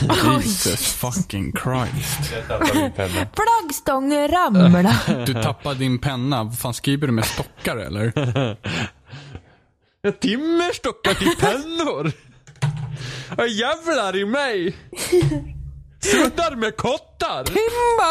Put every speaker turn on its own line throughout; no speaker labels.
Jesus fucking Christ.
Jag tappade min penna.
Flaggstången ramlar.
Du tappade din penna. Vad fan skriver du med stockar eller?
Jag timmerstockar till pennor! Jag jävlar i mig! Suddar med kottar!
Timbo!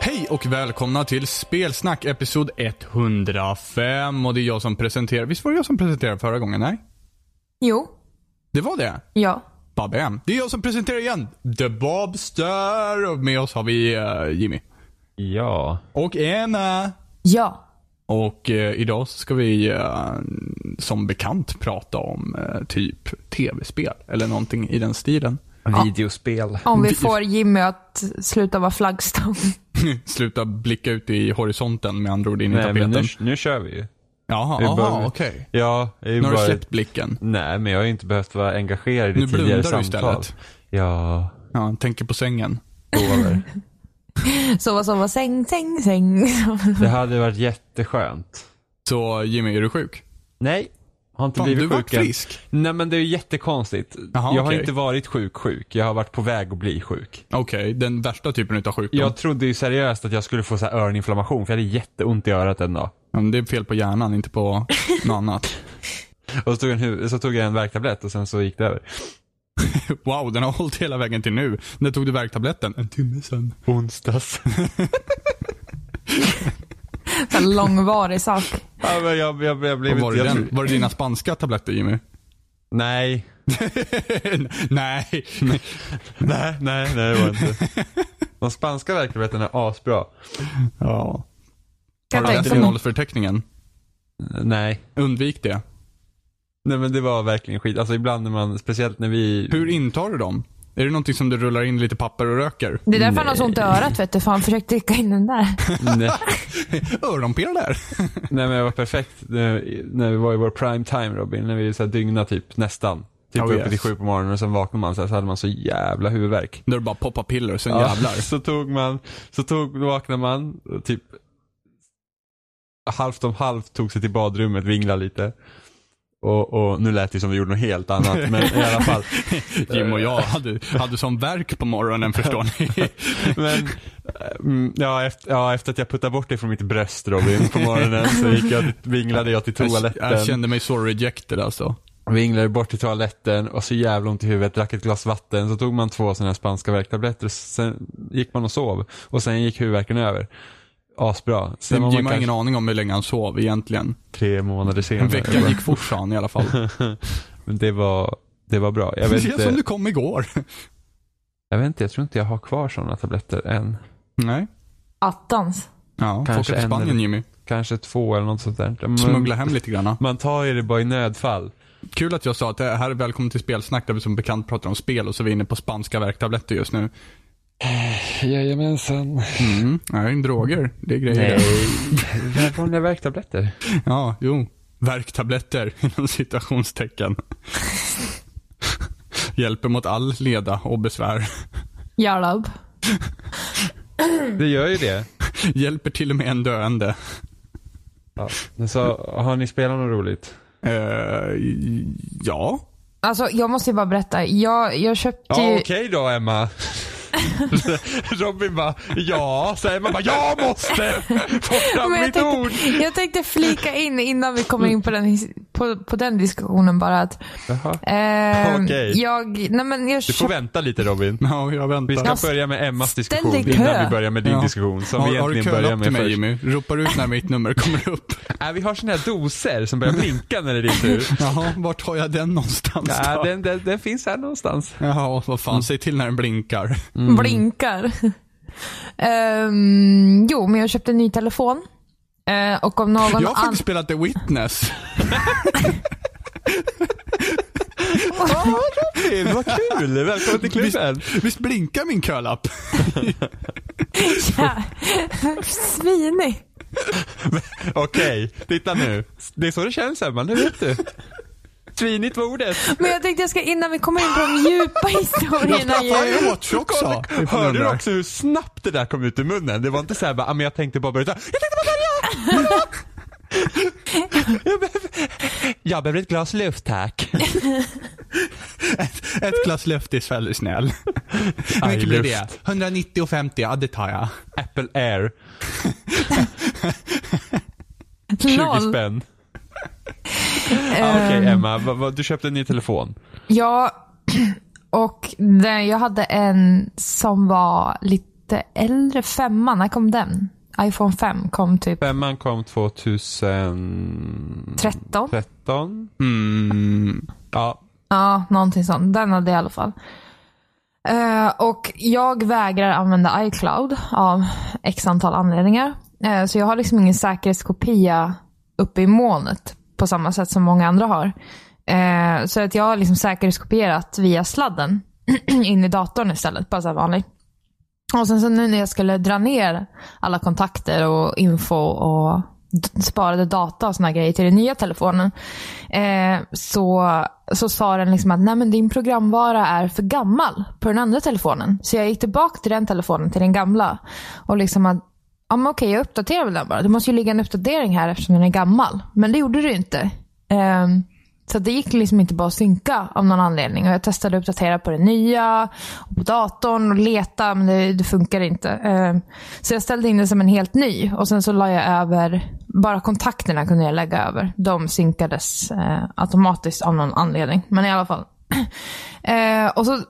Hej och välkomna till Spelsnack episod 105. Och det är jag som presenterar. Visst var det jag som presenterade förra gången? Nej?
Jo,
Det var det.
ja.
Babben. Det är jag som presenterar igen. The Bobster. Och med oss har vi eh, Jimmy.
Ja.
Och Emma.
Ja.
Och eh, idag så ska vi eh, som bekant prata om eh, typ tv-spel eller någonting i den stilen.
Videospel.
Om vi får Jimmy att sluta vara flaggstång.
Sluta blicka ut i horisonten med andra ord in i
Nej men
tapeten.
nu, nu kör vi ju.
Jaha,
Det är bara-
aha, okej.
Ja, det är ju
Nu har du
bara...
släppt blicken.
Nej, men jag har ju inte behövt vara engagerad i
Nu
tidigare
blundar du
samtal.
istället.
Ja,
Ja, tänker på sängen.
lovar.
Sova, sova, säng, säng, säng.
Det hade varit jätteskönt.
Så Jimmy, är du sjuk?
Nej, har inte
Fan,
blivit
du
sjuk
vart
än.
frisk.
Nej men det är ju jättekonstigt.
Jaha,
jag har
okej.
inte varit sjuk sjuk. Jag har varit på väg att bli sjuk.
Okej, den värsta typen utav sjukdom.
Jag trodde ju seriöst att jag skulle få så här öroninflammation för jag hade jätteont i örat en dag.
Ja, men det är fel på hjärnan, inte på något annat.
Och så tog, jag en, hu- så tog jag en värktablett och sen så gick det över.
Wow, den har hållit hela vägen till nu. När tog du värktabletten? En timme sen.
Onsdags.
Så här långvarig sak.
ja, men jag, jag, jag blev
Vad var,
inte...
det
jag
den?
tror-
var det dina spanska tabletter Jimmy?
Nej.
Nej.
nej, nej, nej det var inte. De spanska värktabletterna är asbra.
Ja. Har du
Kan jag
läst
tänka mig.
innehållsförteckningen?
Nej.
Undvik det.
Nej men det var verkligen skit. Alltså ibland när man, speciellt när vi...
Hur intar du dem? Är det någonting som du rullar in lite papper och röker?
Det är därför han har så ont i örat vet du, för han försökte dricka in den där.
Nej.
Öronpelare? där.
Nej men jag var perfekt när, när vi var i vår prime time Robin, när vi så här dygna typ nästan. Typ
Oh,
uppe
yes.
till sju på morgonen och sen vaknade man så, här, så hade man så jävla huvudvärk.
När du bara poppar piller och sen jävlar.
Så tog man, så tog, vaknade man och typ halvt om halvt tog sig till badrummet, vinglade lite. Och, och nu lät det som vi gjorde något helt annat men i alla fall.
Jim och jag hade, hade som verk på morgonen förstår ni.
Men, mm, ja, efter, ja, efter att jag puttade bort det från mitt bröst Robin på morgonen så gick jag, vinglade jag till
Jag, jag
toaletten.
kände mig så rejected alltså.
Vinglade bort till toaletten och så jävla ont i huvudet, drack ett glas vatten. Så tog man två sådana här spanska värktabletter. Sen gick man och sov. Och sen gick huvudvärken över. Asbra. Sen
Sen
var man
Jim har
kanske
ingen aning om hur länge han sov egentligen.
tre månader
En
senare.
vecka gick fort sa han i alla fall.
Men det var, det var bra. Jag
Det
vet,
är som
inte,
du kom igår.
jag vet inte, jag tror inte jag har kvar sådana tabletter än.
Nej.
Attans.
Ja,
Kanske
Kanske åka till
en
Spanien
eller-
Jimmy.
Kanske två eller något sånt där. Men-
Smuggla hem lite granna.
Man tar ju det bara i nödfall.
Kul att jag sa att det här är välkommen till spelsnack där vi som bekant pratar om spel och så är vi inne på spanska värktabletter just nu.
Jajamensan.
Mm, nej, droger. Det är grejer.
Nej. Välkomna värktabletter.
Ja, jo. Värktabletter inom citationstecken. Hjälper mot all leda och besvär.
Jalab.
Det gör ju det.
Hjälper till och med en döende.
Ja. Men Så, har ni spelat något roligt?
Eh, ja.
Alltså jag måste ju bara berätta. Jag, jag köpte
Ja,
ju...
okej då Emma. Robin bara, ja. Så Emma bara, jag måste få fram
Men jag,
mitt ord.
tänkte, jag tänkte flika in innan vi kommer in på den, his- på, på den diskussionen bara att
Jaha.
eh,
Okej.
jag, nej men jag
Du får
köpte
vänta lite Robin.
Ja, jag
Vi
väntar.
ska
Jag
börja med Emmas
ställ
diskussion
dig i kö.
innan vi börjar med din
Ja.
diskussion. Som vi
har, har du
egentligen börjar
kölat till mig
med först.
Jimmy? Ropar ut när mitt nummer kommer upp.
Nej, vi har såna här doser som börjar blinka när det är din tur.
Jaha, vart har jag den någonstans
Nej,
då?
den, Mm. den, den finns här någonstans.
Jaha, vad fan. Säg till när den blinkar.
blinkar. Ehm, jo, men jag köpte en ny telefon. Eh, och om någon
Jag har
annan...
faktiskt spelat The Witness.
Vad kul! Välkommen till
Visst,
klubben.
visst blinkar min kölapp?
Svinig.
Okej, titta nu. Det är så det känns Emma, nu vet du. Tvinigt var ordet.
Men jag tänkte jag ska innan vi kommer in på de djupa historierna ju.
ju åt sig också.
Hörde du också hur snabbt det där kom ut ur munnen? Det var inte såhär bara, "Ah, men jag tänkte bara börja utan, jag tänkte bara börja! jag, behöver, jag behöver ett glas luft tack.
Ett glas luft är väl snäll. Hur mycket blir det? 190 och 50, ja det tar jag.
Apple air, 20
Noll.
spänn. Ah, Okej Emma, vad- vad- du köpte en ny telefon.
Ja, och den, jag hade en som var lite äldre, femma. När kom den? iPhone 5 kom typ
Femman kom 2013.
13.
Mm.
Ja,
Ja, någonting sånt. Den hade jag i alla fall. Eh, och jag vägrar använda iCloud av x antal anledningar. Eh, så jag har liksom ingen säkerhetskopia uppe i molnet på samma sätt som många andra har. Eh, så att jag har liksom säkerhetskopierat via sladden in i datorn istället, bara så här vanligt. Och sen så nu när jag skulle dra ner alla kontakter och info och d- sparade data och såna grejer till den nya telefonen. Eh, så, så sa den liksom att Nej, men din programvara är för gammal på den andra telefonen. Så jag gick tillbaka till den telefonen, till den gamla. Och liksom att ja, men okej, jag uppdaterar väl den bara. Det måste ju ligga en uppdatering här eftersom den är gammal. Men det gjorde det ju inte. Ehm, så det gick liksom inte bara att synka av någon anledning. Och jag testade att uppdatera på det nya, och på datorn och leta, men det, det funkade inte. Ehm, så jag ställde in det som en helt ny och sen så la jag över, bara kontakterna kunde jag lägga över. De synkades eh, automatiskt av någon anledning. Men i alla fall. Eh, och så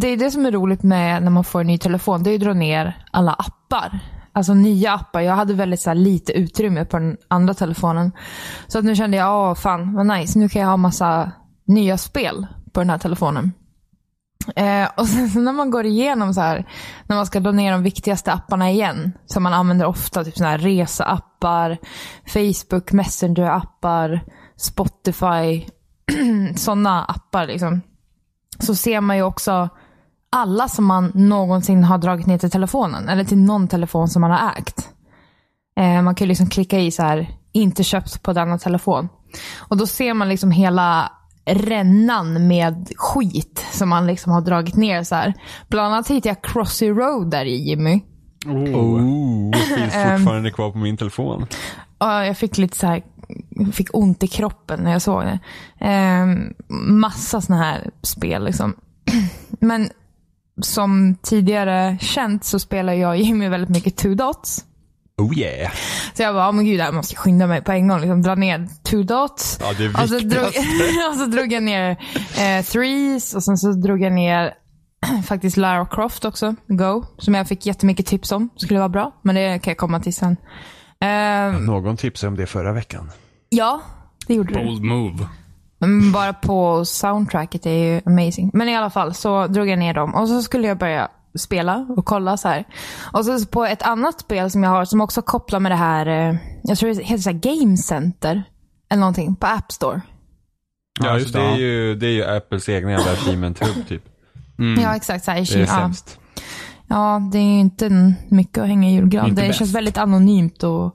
det är det som är roligt med när man får en ny telefon. Det är ju att dra ner alla appar. Alltså nya appar. Jag hade väldigt så här lite utrymme på den andra telefonen. Så att nu kände jag, åh fan vad nice. Nu kan jag ha massa nya spel på den här telefonen. Eh, och sen så när man går igenom så här, när man ska dra ner de viktigaste apparna igen, som man använder ofta, typ såna här reseappar, Facebook, Messenger-appar, Spotify, sådana appar liksom så ser man ju också alla som man någonsin har dragit ner till telefonen. Eller till någon telefon som man har ägt. Eh, man kan ju liksom klicka i så här, inte köpt på denna telefon. Och då ser man liksom hela rännan med skit som man liksom har dragit ner. Så här. Bland annat hittade jag Crossy Road där i Jimmy.
Mm.
Oh, finns fortfarande kvar på min telefon.
Ja, jag fick lite så här, fick ont i kroppen när jag såg det. Ehm, massa såna här spel liksom. Men som tidigare känt så spelar jag och Jimmy väldigt mycket two dots.
Oh yeah.
Så jag bara, oh, men gud, det här måste jag skynda mig på en gång. Liksom, dra ner two dots.
Ja, det är
och, så Alltså, drog, och så drog jag ner eh, threes och sen så drog jag ner faktiskt Lara Croft också, Go. Som jag fick jättemycket tips om, skulle vara bra. Men det kan jag komma till sen. Ehm,
Någon tipsade om det förra veckan.
Ja, det gjorde du.
Bold move.
Mm, Bara på soundtracket är ju amazing. Men i alla fall så drog jag ner dem och så skulle jag börja spela och kolla så här. Och så på ett annat spel som jag har som också kopplar med det här, eh, jag tror det heter så här Game Center eller någonting på App Store.
Ja,
Ja,
alltså
just
det,
det,
är
ja.
ju, det är ju Apples egna jävla achievement hub typ.
Ja, exakt. Så här, i
Det är
Kina. ja.
sämst.
ja, det är ju inte en- mycket att hänga i julgran.
Inte
Det
bäst.
känns väldigt anonymt och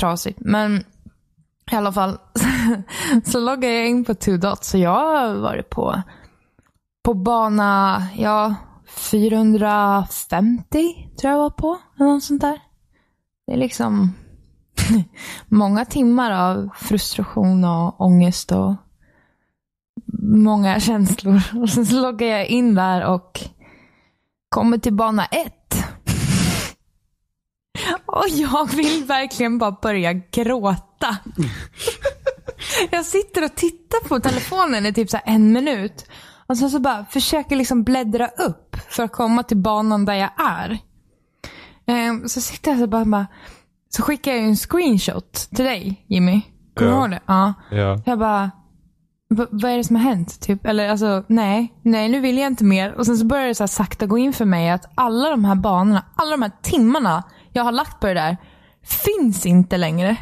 trasigt. Men i alla fall så loggade jag in på Two Dots så jag har varit på, på bana ja, 450 tror jag var på. Eller något sånt där. Det är liksom många timmar av frustration och ångest och många känslor. Och sen så loggar jag in där och kommer till bana ett. Och jag vill verkligen bara börja gråta. Jag sitter och tittar på telefonen i typ så här en minut. Och sen så bara försöker liksom bläddra upp för att komma till banan där jag är. Ehm, Så sitter jag så bara, bara så skickar jag ju en screenshot till dig Jimmy. Kommer du
Ja.
ihåg det? Ja.
Ja.
Jag bara, "Va- vad är det som har hänt? Typ. Eller alltså, nej, nej nu vill jag inte mer. Och sen så börjar det så här sakta gå in för mig att alla de här banorna, alla de här timmarna jag har lagt på det där, finns inte längre.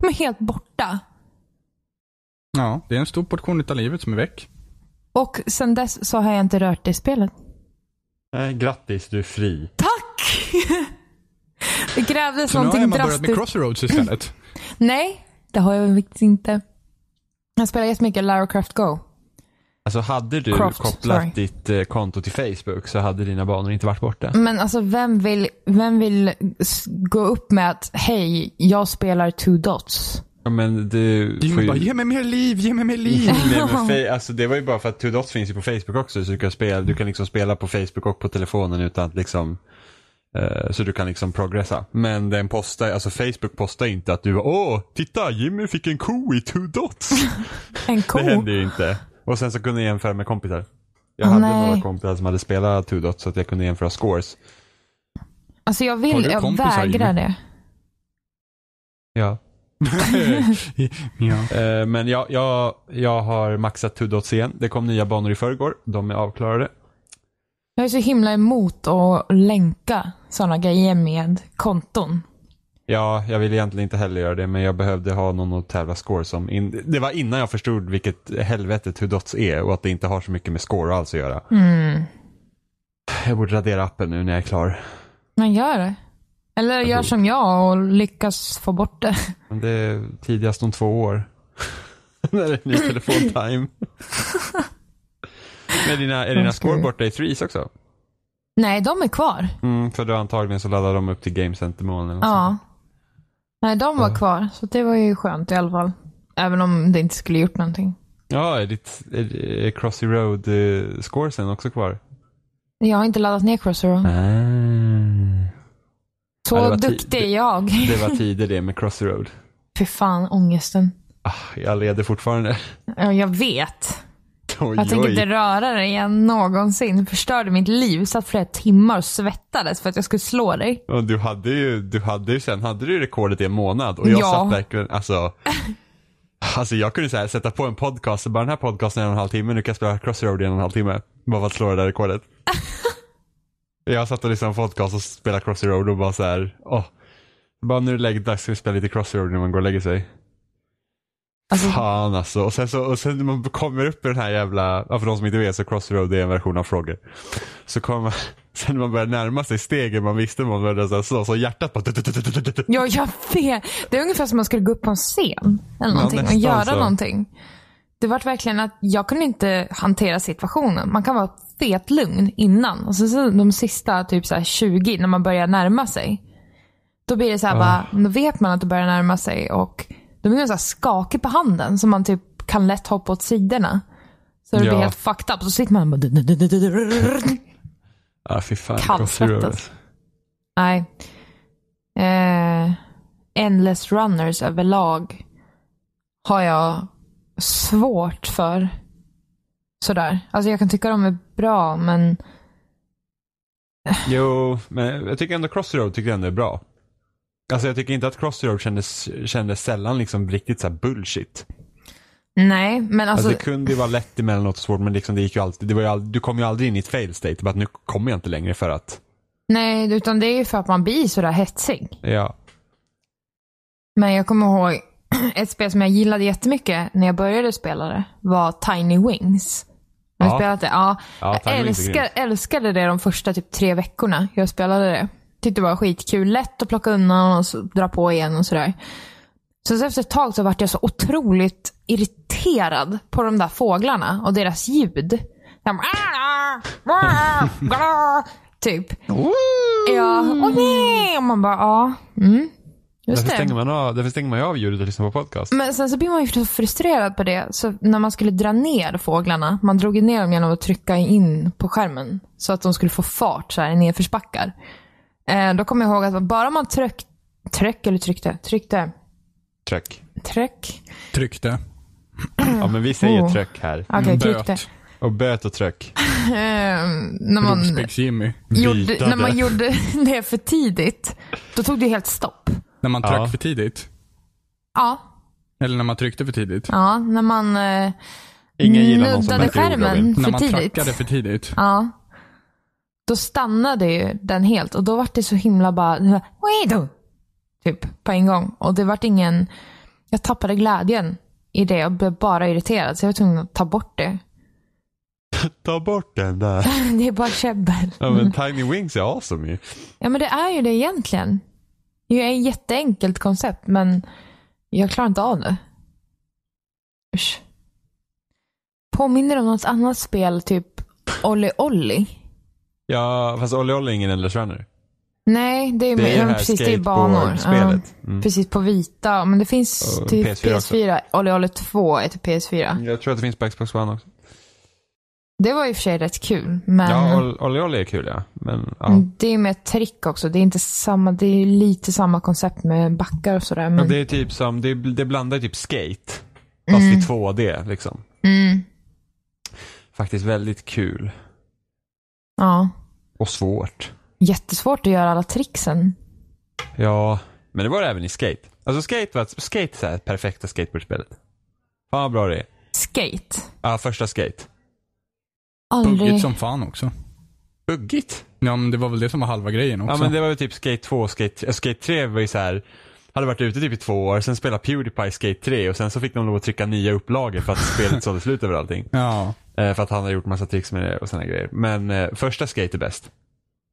De är helt borta.
Ja, det är en stor portion utav livet som är väck.
Och sen dess så har jag inte rört det spelet.
Nej, grattis, du är fri.
Tack! Det krävdes
Så nu har
någonting
Emma börjat
drastiskt.
med Crossroads istället.
Nej, det har jag faktiskt inte. Jag spelar jättemycket Lara Croft Go.
Alltså hade du
Croft,
kopplat
sorry.
ditt eh, konto till Facebook så hade dina banor inte varit borta.
Men alltså vem vill, vem vill s- gå upp med att hej, jag spelar two dots?
Ja, Men du
Det är
får
ju
ju-
bara, ge mig mer liv, ge mig mer liv.
Nej, men fe- alltså, det var ju bara för att Two Dots finns ju på Facebook också. Så du kan, spela, du kan liksom spela på Facebook och på telefonen utan att liksom eh, så du kan liksom progressa. Men den postar, alltså Facebook postar inte att du åh, titta Jimmy fick en ko i two dots.
En ko?
Det hände ju inte. Och sen så kunde jag jämföra med kompisar. Jag
Åh,
hade
nej.
några kompisar som hade spelat two dots så att jag kunde jämföra scores.
Alltså jag
Har
vill,
du
jag
kompisar,
vägrar
Jimmy?
det.
ja.
Eh, men jag, jag, jag har maxat two dots igen. Det kom nya banor i förrgår. De är avklarade.
Jag är så himla emot att länka sådana grejer med konton.
Ja, jag ville egentligen inte heller göra det, men jag behövde ha någon att tävla score som. In... Det var innan jag förstod vilket helvete Two Dots är och att det inte har så mycket med score alls att göra.
Mm.
Jag borde radera appen nu när jag är klar.
Men gör det. Eller gör
Alltså-
som jag och lyckas få bort det.
Men det är tidigast om två år. när det är ny telefontime. men dina, är dina
ska
score
vi-
borta i threes också?
Nej, de är kvar.
Mm, för då antagligen så laddar de upp till Game Center-moln eller något
Ja.
sånt.
Nej, de var
Ja.
kvar. Så det var ju skönt i alla fall. Även om det inte skulle gjort någonting.
Ja, är ditt är, är Crossy Road-scoresen också kvar?
Jag har inte laddat ner Crossero. Så
Ja, det var ti-
duktig är jag.
Ah. Det var tider det med Crossy Road.
Fy fan, ångesten.
Ah, Jag leder fortfarande.
Ja, jag vet.
Oj,
Jag tänker
oj.
inte röra dig igen någonsin. Förstörde mitt liv. Satt flera timmar och svettades för att jag skulle slå dig.
Och du hade ju, du hade ju sen, hade du ju rekordet i en månad och jag
Ja.
satt verkligen, alltså. Alltså jag kunde så här, sätta på en podcast, bara den här podcasten är en och en halv timme, nu kan jag spela Crossroad i en och en halv timme. Bara för att slå det där rekordet. jag satt och lyssnade på en podcast och spelade Crossroad och bara så här, åh. Bara nu är det läget dags, ska vi spela lite Crossroad när man går och lägger sig.
Alltså,
Fan alltså. Och sen, så, och sen när man kommer upp i den här jävla, ja, för de som inte vet så Crossroad är en version av Frogger. Så kommer man, sen när man börjar närma sig stegen man visste man började så, här slå, så hjärtat bara
ja, jag vet. Det är ungefär som om man skulle gå upp på en scen. Eller någonting och
nästan
göra
så.
någonting. Det var verkligen att jag kunde inte hantera situationen. Man kan vara fet lugn innan. Och så, så de sista typ så här 20 när man börjar närma sig. Då blir det
Ah.
så här bara, då vet man att det börjar närma sig och då blir man så här skakig på handen så man typ kan lätt hoppa åt sidorna. Så det
Ja.
blir helt fucked up. Så sitter man och bara...
Ja Ah, fy fan.
Kallsvettas.
Crossroad.
Nej. Eh, endless runners överlag har jag svårt för. Sådär. Alltså jag kan tycka de är bra, men
Jo, men jag tycker ändå Crossroad tycker jag ändå är bra. Alltså jag tycker inte att Crossroad kändes, kändes sällan liksom riktigt så här bullshit.
nej. Men alltså,
Alltså, det kunde ju vara lätt emellanåt och svårt men liksom det gick ju alltid, det var ju all, du kom ju aldrig in i ett fail state. Bara att nu kommer jag inte längre för att,
nej, utan det är ju för att man blir sådär hetsig.
ja.
Men jag kommer ihåg ett spel som jag gillade jättemycket när jag började spela det var Tiny Wings. Har du
Ja.
spelat det? Ja.
Ja, Tiny
jag
Wings är
älskar, älskade det de första typ tre veckorna jag spelade det. Tyckte det var skitkul. Lätt att plocka undan och så dra på igen och sådär. Sen så efter ett tag så vart jag så otroligt irriterad på de där fåglarna och deras ljud. De "Ah, typ. Ja, och nej. Och man bara, ja. Mm. Just
Därför
det.
stänger, man av, därför stänger man ju av ljudet och lyssnar på podcast.
Men sen så blir man ju så frustrerad på det. Så när man skulle dra ner fåglarna, man drog ju ner dem genom att trycka in på skärmen. Så att de skulle få fart så här i nedförsbackar. Eh, då kommer jag ihåg att bara man tryck, tryck eller tryckte, tryckte,
Tröck.
tryck.
Tryckte.
Ja men vi säger
Oh.
tröck här.
Mm,
Okej, tryckte.
Böt.
Och böt och tröck.
Eh, när, man
Ropspäcks-Jimmy.
gjorde,
Bitade.
när man gjorde det för tidigt, då tog det helt stopp.
När man tryckte
Ja.
för tidigt.
Ja,
Eller när man tryckte för tidigt.
ja när man eh,
Ingen gillar någon som
Nuddade
böter ord,
skärmen.
Robin.
För
när man
tidigt.
trackade för tidigt.
Ja. Då stannade ju den helt och då var det så himla bara, det var, "Oj då!" typ på en gång. Och det vart ingen, jag tappade glädjen i det och blev bara irriterad så jag var tvungen att ta bort det.
Ta bort den där.
Det är bara käbbel.
Ja men Tiny Wings är awesome ju.
Ja men det är ju det egentligen. Det är ju ett jätteenkelt koncept, men jag klarar inte av det. Usch. Påminner om något annat spel, typ Olli Olli?
Ja, fast Olli Olli är ingen Endless Runner.
Nej, det är,
Det är ju
men
det här
precis, det är banor. Ja,
skateboardspelet. Mm.
precis, på vita. Men det finns
Och
till
PS4
PS4.
också. Mm.
Olli Olli 2 är till PS4.
Jag tror att det finns på Xbox One också.
Det var i och för sig rätt kul, men
Ja, Oll- Olli Olli är kul ja. Men, ja.
mm, det är med ett trick också. Det är inte samma, det är lite samma koncept med backar och sådär. Men,
Men det är typ som, det, det blandar typ skate. Fast i 2D liksom.
mm,
Faktiskt väldigt kul.
ja.
Och svårt.
Jättesvårt att göra alla tricksen.
Ja, men det var det även i skate. Alltså skate var ett- skate så här, perfekta skateboardspelet. Fan vad bra det är.
Skate.
Ja, första skate.
Buggigt
Aldrig.
som fan också.
Buggigt.
Ja, men det var väl det som var halva grejen också.
Ja men det var ju typ skate 2 och skate, äh, skate 3 var ju så här hade varit ute typ i två år, sen spelade Pewdiepie Skate 3 och sen så fick de lov att trycka nya upplagor för att spelet sålde slut över allting.
Ja.
Eh, för att han har gjort massa tricks med det och sådana grejer. Men eh, första Skate är bäst.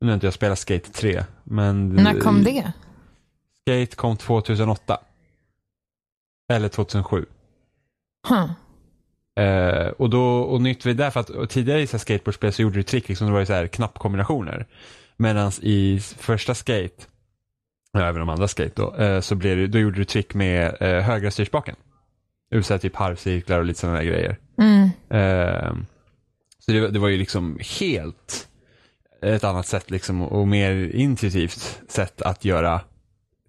Nu har inte jag spelat Skate 3, men...
När kom det?
Skate kom 2008. Eller 2007.
Huh.
Eh, och, då, och nytt vid det, för att och tidigare i så här skateboardspel så gjorde du trick, liksom det var ju så här knappkombinationer. Medan i första skate, ja, även de andra skate då, eh, så blev det, då gjorde du trick med eh, högra styrspaken. Ur så här typ halvcirklar och lite sådana där grejer.
Mm.
Eh, så det, var- det var ju liksom helt ett annat sätt liksom och mer intuitivt sätt att göra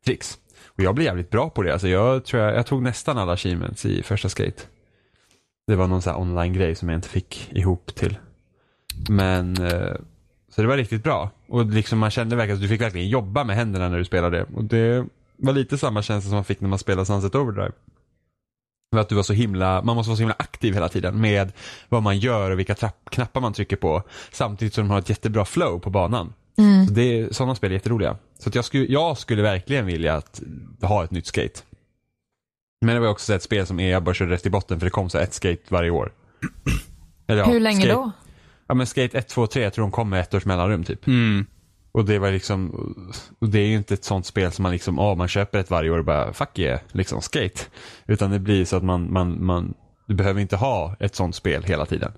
tricks. Och jag blev jävligt bra på det. Alltså jag, tror jag, jag tog nästan alla achievements i första skate. Det var någon så här online-grej som jag inte fick ihop till. Men eh, så det var riktigt bra. Och liksom man kände verkligen att du fick verkligen jobba med händerna när du spelade. Och det var lite samma känsla som man fick när man spelade Sunset Overdrive. För att du var så himla, man måste vara så himla aktiv hela tiden med vad man gör och vilka trapp, knappar man trycker på. Samtidigt som de har ett jättebra flow på banan.
Mm.
Så det, sådana spel är jätteroliga. Så att jag, skulle, jag skulle verkligen vilja att ha ett nytt skate. Men det var också så här ett spel som EA bara körde rätt i botten för det kom så här ett skate varje år. Eller ja,
Hur länge
skate,
då?
Ja men Skate 1, 2, 3, jag tror de kom med ett års mellanrum typ.
Mm.
Och det var liksom, och det är ju inte ett sånt spel som man liksom, ah man köper ett varje år och bara fuck yeah, liksom skate. Utan det blir så att man, man, man, du behöver inte ha ett sånt spel hela tiden.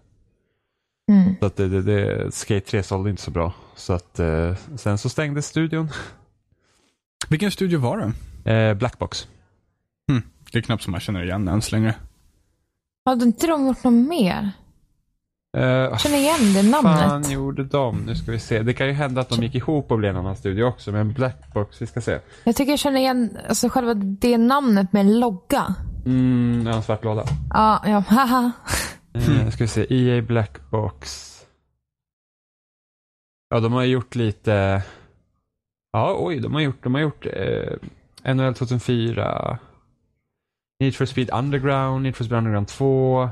Mm.
Så att det, det, det, Skate 3 sålde inte så bra. Så att eh, sen så stängdes studion.
Vilken studio var det?
Eh, Blackbox.
Hm. Det är knappt som man känner igen ens längre.
Hade inte de gjort något mer?
Eh,
Känner igen det namnet.
fan gjorde de? Nu ska vi se. Det kan ju hända att de gick ihop och blev en annan studio också. Men Blackbox, vi ska se.
Jag tycker jag känner igen alltså, själva det namnet med en logga.
Mm, en svart låda.
Ja, ja, haha.
Mm. Ska vi se, EA Blackbox. Ja, de har gjort lite... Ja, oj, de har gjort, de har gjort eh, NHL 2004. Need for Speed Underground, Need for Speed Underground 2.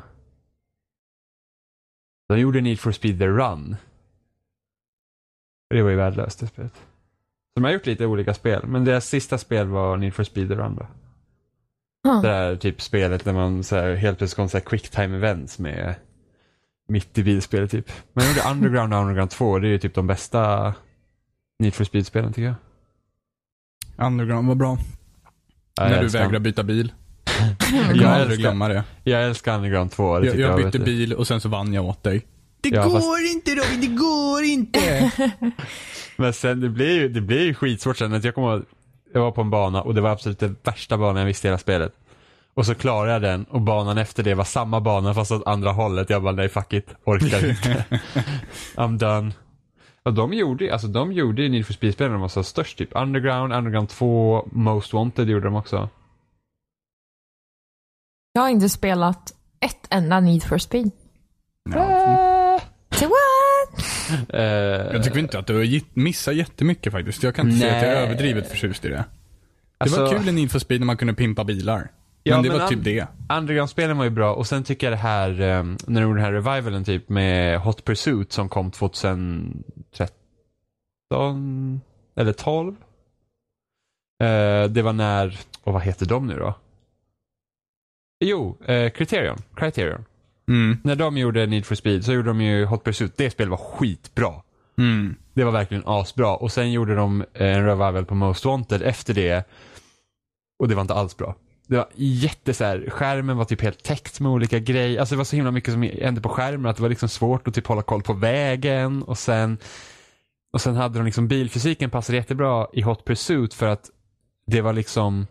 De gjorde Need for Speed The Run. Och Det var ju värdelöst det spelet. Så de har gjort lite olika spel, men deras sista spel var Need for Speed The Run då. Det
Huh.
där typ spelet där man så här, helt plötsligt kom så här quick time events med mitt i bilspelet typ. Men jag gjorde Underground och Underground 2, det är ju typ de bästa Need for Speed-spelen tycker jag.
Underground var bra.
Ja, jag
När du
älskar-
vägrar byta bil. Jag
Mm.
jag
kommer aldrig
älskar,
glömma det.
jag älskar Underground 2. Det
Jag,
tycker
jag
vet
bytte
du.
bil och sen så vann jag åt dig. Det
Ja, fast-
inte Robin, det går inte.
Men sen det blir ju, det blir ju skitsvårt sen. Att jag, kommer, ihåg- jag var på en bana och det var absolut den värsta banan jag visste i hela spelet. Och så klarade jag den och banan efter det var samma bana fast åt andra hållet. Jag bara nej fuck it, orkar inte. I'm done. Och de gjorde ju, alltså de gjorde ju Need for Speed-spelen när de var så störst typ. Underground, Underground 2, Most Wanted gjorde de också.
Jag har inte spelat ett enda Need for speed.
ja.
Say what?
Eh,
Jag tycker inte att du har gitt- missat jättemycket faktiskt. Jag kan inte säga att jag är
Nej.
överdrivet förtjust i det. Det
Alltså-
var kul i Need for Speed när man kunde pimpa bilar.
Ja,
men det
men
var
an-
typ det.
Underground-spelen var ju bra och sen tycker jag det här, eh, när de gjorde den här revivalen typ med Hot Pursuit som kom 2013 eller 12. Eh, det var när, och vad heter de nu då? Jo, eh, Criterion. Criterion.
Mm.
När de gjorde Need for Speed så gjorde de ju Hot Pursuit. Det spelet var skitbra.
Mm.
Det var verkligen asbra. Och sen gjorde de eh, en revival på Most Wanted efter det. Och det var inte alls bra. Det var jätte så här, skärmen var typ helt täckt med olika grejer. Alltså det var så himla mycket som hände på skärmen att det var liksom svårt att typ hålla koll på vägen och sen och sen hade de liksom bilfysiken passade jättebra i Hot Pursuit för att det var liksom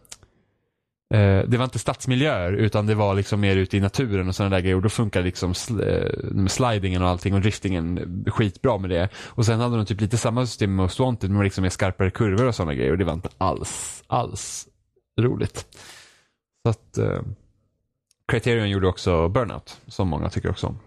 eh, det var inte stadsmiljöer utan det var liksom mer ute i naturen och sådana där grejer och då funkar liksom sl eh, slidingen och allting och driftingen eh, skitbra med det. Och sen hade de typ lite samma system med Most Wanted men liksom med skarpare kurvor och sådana grejer och det var inte alls, alls roligt. Så att eh, Criterion gjorde också Burnout som många tycker också om.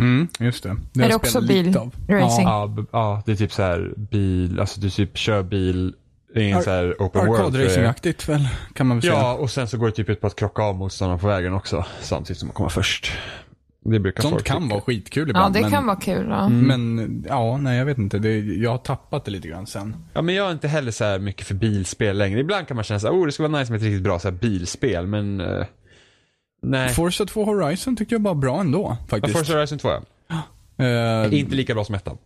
Mm, just det. Det
Är
har
det
jag
också
spelat
bil-
lite av.
racing?
Ja, b- ja, det är typ så här bil, alltså du typ kör bil i en
Ar-
så här open world. för-
Arkad-racingaktigt väl, kan man väl säga.
Ja, och sen så går det typ ut på att krocka av motståndarna på vägen också samtidigt som man kommer först. Det brukar
Sånt
folk
kan
tycka.
vara skitkul
Ja,
ibland.
det
men, Mm,
kan vara kul. Ja.
Men, ja, nej jag vet inte. Det, jag har tappat det lite grann sen.
Ja, men jag är inte heller så här mycket för bilspel längre. Ibland kan man känna så här, oh det skulle vara nice med ett riktigt bra så här bilspel, men eh, nej.
Forza 2 Horizon tyckte jag var bra ändå,
Ja,
faktiskt.
Forza Horizon 2 ja.
Eh,
Inte lika bra som ettan.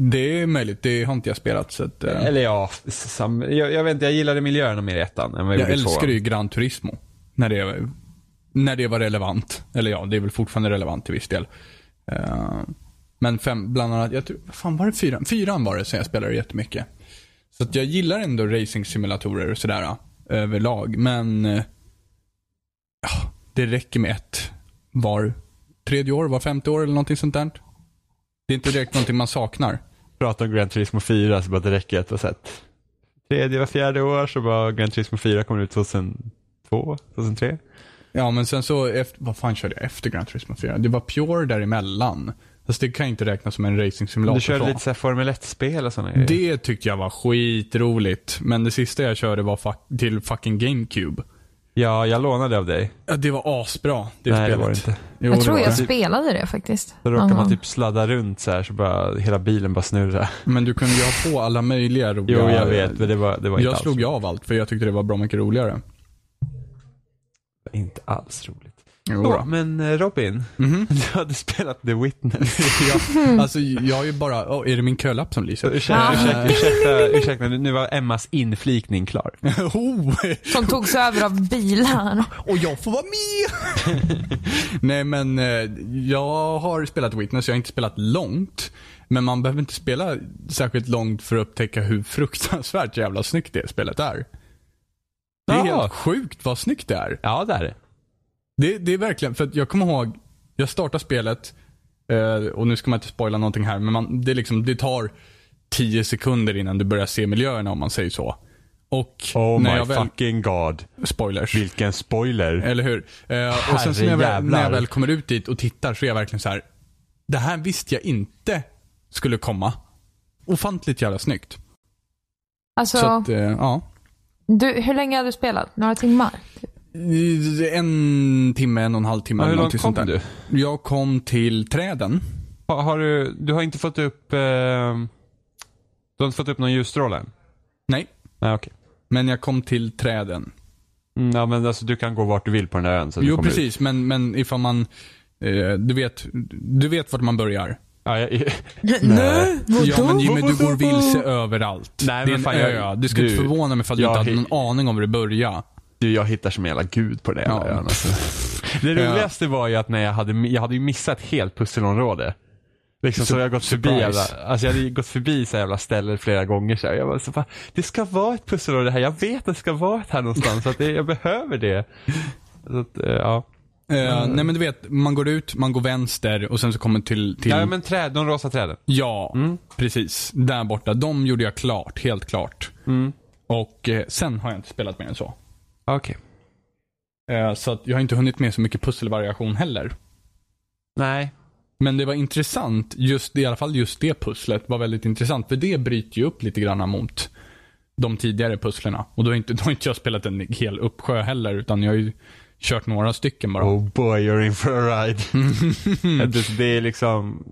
det är möjligt. Det har inte jag spelat. Så att, eh,
Eller ja, sam, jag, jag vet inte, jag gillade miljöerna mer i ettan än vad
jag
jag, gjorde i
älskar
tvåan.
ju Gran Turismo. När det, när det var relevant. Eller ja, det är väl fortfarande relevant till viss del. Eh, men fem, bland annat, jag tror, vad fan var det fyran? Fyran var det som jag spelade jättemycket. Så att jag gillar ändå racing-simulatorer och sådär eh, överlag. Men eh, ja, det räcker med ett var tredje år, var femte år eller någonting sånt där. Det är inte direkt någonting man saknar.
pratar om Gran Turismo 4 så bara det räcker ett och sett. Tredje, var fjärde år så bara Gran Turismo 4 kom ut 2002, 2003.
Ja, men sen så, efter, vad fan körde jag efter Gran Turismo 4? Det var Pure däremellan. Fast det kan jag inte räknas som en racing simulator.
Du körde
så.
lite så här Formel 1-spel och sådana grejer.
Det tyckte jag var skitroligt. Men det sista jag körde var fuck, till fucking GameCube.
Ja, jag lånade av dig.
Ja, det var asbra, det
Nej, det
spelet.
var det inte.
Jo,
jag tror
det var
jag
det.
spelade det faktiskt.
Då råkar
någon
man
gång.
typ sladda runt så här så bara hela bilen bara snurrar.
Men du kunde ju ha på alla möjliga roliga...
Jo, jag vet, men det var, det var inte,
Jag slog
alls,
ju av allt för jag tyckte det var bra mycket roligare.
inte alls roligt.
Jo,
Så,
då.
men eh, Robin, du hade spelat The Witness.
jag, alltså, jag har ju bara... Åh, är det min kölapp som lyser?
Ursäkta, ursäkta, ursäkta, ursäkta, nu var Emmas inflikning klar.
oh,
Som togs över av bilar.
Och jag får vara med! Nej men eh, jag har spelat Witness, jag har inte spelat långt. Men man behöver inte spela särskilt långt för att upptäcka hur fruktansvärt jävla snyggt det spelet är. Det är
Ja.
helt sjukt vad snyggt det är.
Ja, det är det.
Det, det är verkligen, för att jag kommer ihåg, jag startar spelet eh, och nu ska man inte spoila någonting här, men man, det, är liksom, det tar 10 sekunder innan du börjar se miljöerna om man säger så. Och
Oh
när jag
my
väl...
fucking god.
Spoilers.
Vilken spoiler.
Eller hur? Eh, och sen så när jag, väl,
Herrejävlar.
när jag väl kommer ut dit och tittar så är jag verkligen så här. Det här visste jag inte skulle komma. Ofantligt jävla snyggt.
Alltså,
Så att, eh, ja.
du, hur länge har du spelat? Några timmar?
En timme, en och en halv timme.
Ja, hur
eller
långt
någonting sånt
kom
där. Jag kom till träden.
Har, har du, du har inte fått upp, eh, du har inte fått upp någon ljusstråle? än?
Nej,
Nej okej.
men jag kom till träden.
Mm, ja men alltså du kan gå vart du vill på den där ön sen du
Jo,
kommer ut.
precis. Men, men ifall man... Eh, du, vet, du vet vart man börjar.
Ja, jag,
Nej,
Ja, men Jimmy, du
Vadå?
går vilse överallt.
Nej,
det är
men
en
fan, jag-
ö. Du skulle inte
du-
förvåna mig ifall du
jag
inte hade
he-
någon aning om hur det började.
du, jag hittar som en jävla gud på den där
Ja.
ön alltså. Det roligaste var ju att när jag hade, jag hade ju missat ett helt pusselområde. Liksom, så
Sur-
jag har gått förbi
surprise.
jävla, alltså jag hade ju gått förbi så här jävla ställen flera gånger så här. Jag bara, så fan, det ska vara ett pusselområde här. Jag vet att det ska vara ett här någonstans. så att det, jag behöver det. Så att, eh, ja.
Eh, Nej men du vet, man går ut, man går vänster och sen så kommer man till... till...
ja men Mm. träd, de rosa träden.
Ja, precis. Där borta. De gjorde jag klart, helt klart.
Mm.
Och eh, sen har jag inte spelat mer än så.
Okej.
Eh, så att jag har inte hunnit med så mycket pusselvariation heller.
Nej.
Men det var intressant, just, i alla fall just det pusslet var väldigt intressant. För det bryter ju upp lite grann mot de tidigare pusslerna. Och då har inte, då har inte jag spelat en hel uppsjö heller, utan jag har ju kört några stycken bara.
Oh boy, you're in for a ride. det, det är liksom,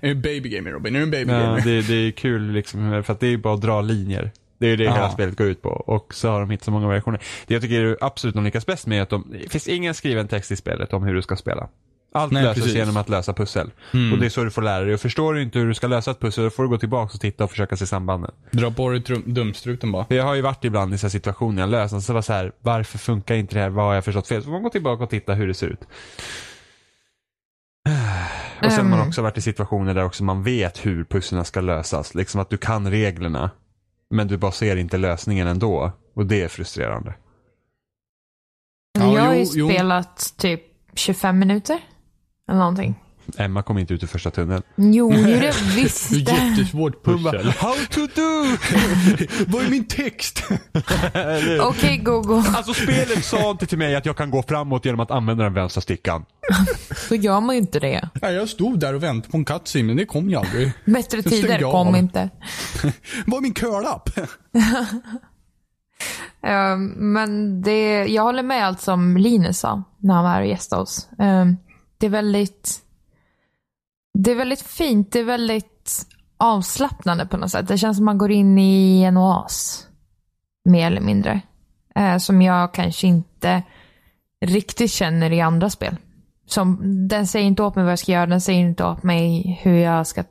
Är du babygamer Robin? Är du en
ja,
babygamer?
det, det är kul liksom, för att det är bara att dra linjer. Det är ju det hela
Ja.
spelet går ut på och så har de hittat så många variationer. Det jag tycker är absolut de lyckas bäst med är att de, det finns ingen skriven text i spelet om hur du ska spela. Allt
Nej,
löses
precis. Mm.
genom att lösa pussel. Och det är så du får lära dig. Och förstår du inte hur du ska lösa ett pussel, då får du gå tillbaka och titta och försöka se sambanden.
Dra på dig trum- dumstruten bara.
Jag har ju varit ibland i så här situationer jag löst och så var det så här, varför funkar inte det här? Vad har jag förstått fel? Så får man gå tillbaka och titta hur det ser ut. Och sen har man
Mm.
också varit i situationer där också man vet hur pusslen ska lösas. Liksom att du kan reglerna, men du bara ser inte lösningen ändå. Och det är frustrerande.
Ja,
Ehm, jag har ju
jo, jo.
spelat typ 25 minuter. Eller någonting.
Emma kom inte ut ur första tunneln.
Jo, det gjorde jag
Det är
visst.
Jättesvårt
Hon bara,
pussel.
how to do!
Vad är min text?
Okej, Google.
Alltså spelet sa inte till mig att jag kan gå framåt genom att använda den vänstra stickan.
Så gör man ju inte det.
Nej, jag stod där och väntade på en cutscene, men det kom ju aldrig.
Bättre
stängde
tider
jag
kom
av.
inte.
Vad är min curl-up?
Eh, men det, jag håller med allt som Linus sa när han var här och gästade oss. Eh, det är väldigt det är väldigt fint. Det är väldigt avslappnande på något sätt. Det känns som man går in i en oas. Mer eller mindre. Eh, som jag kanske inte riktigt känner i andra spel. Som, den säger inte åt mig vad jag ska göra. Den säger inte åt mig hur jag ska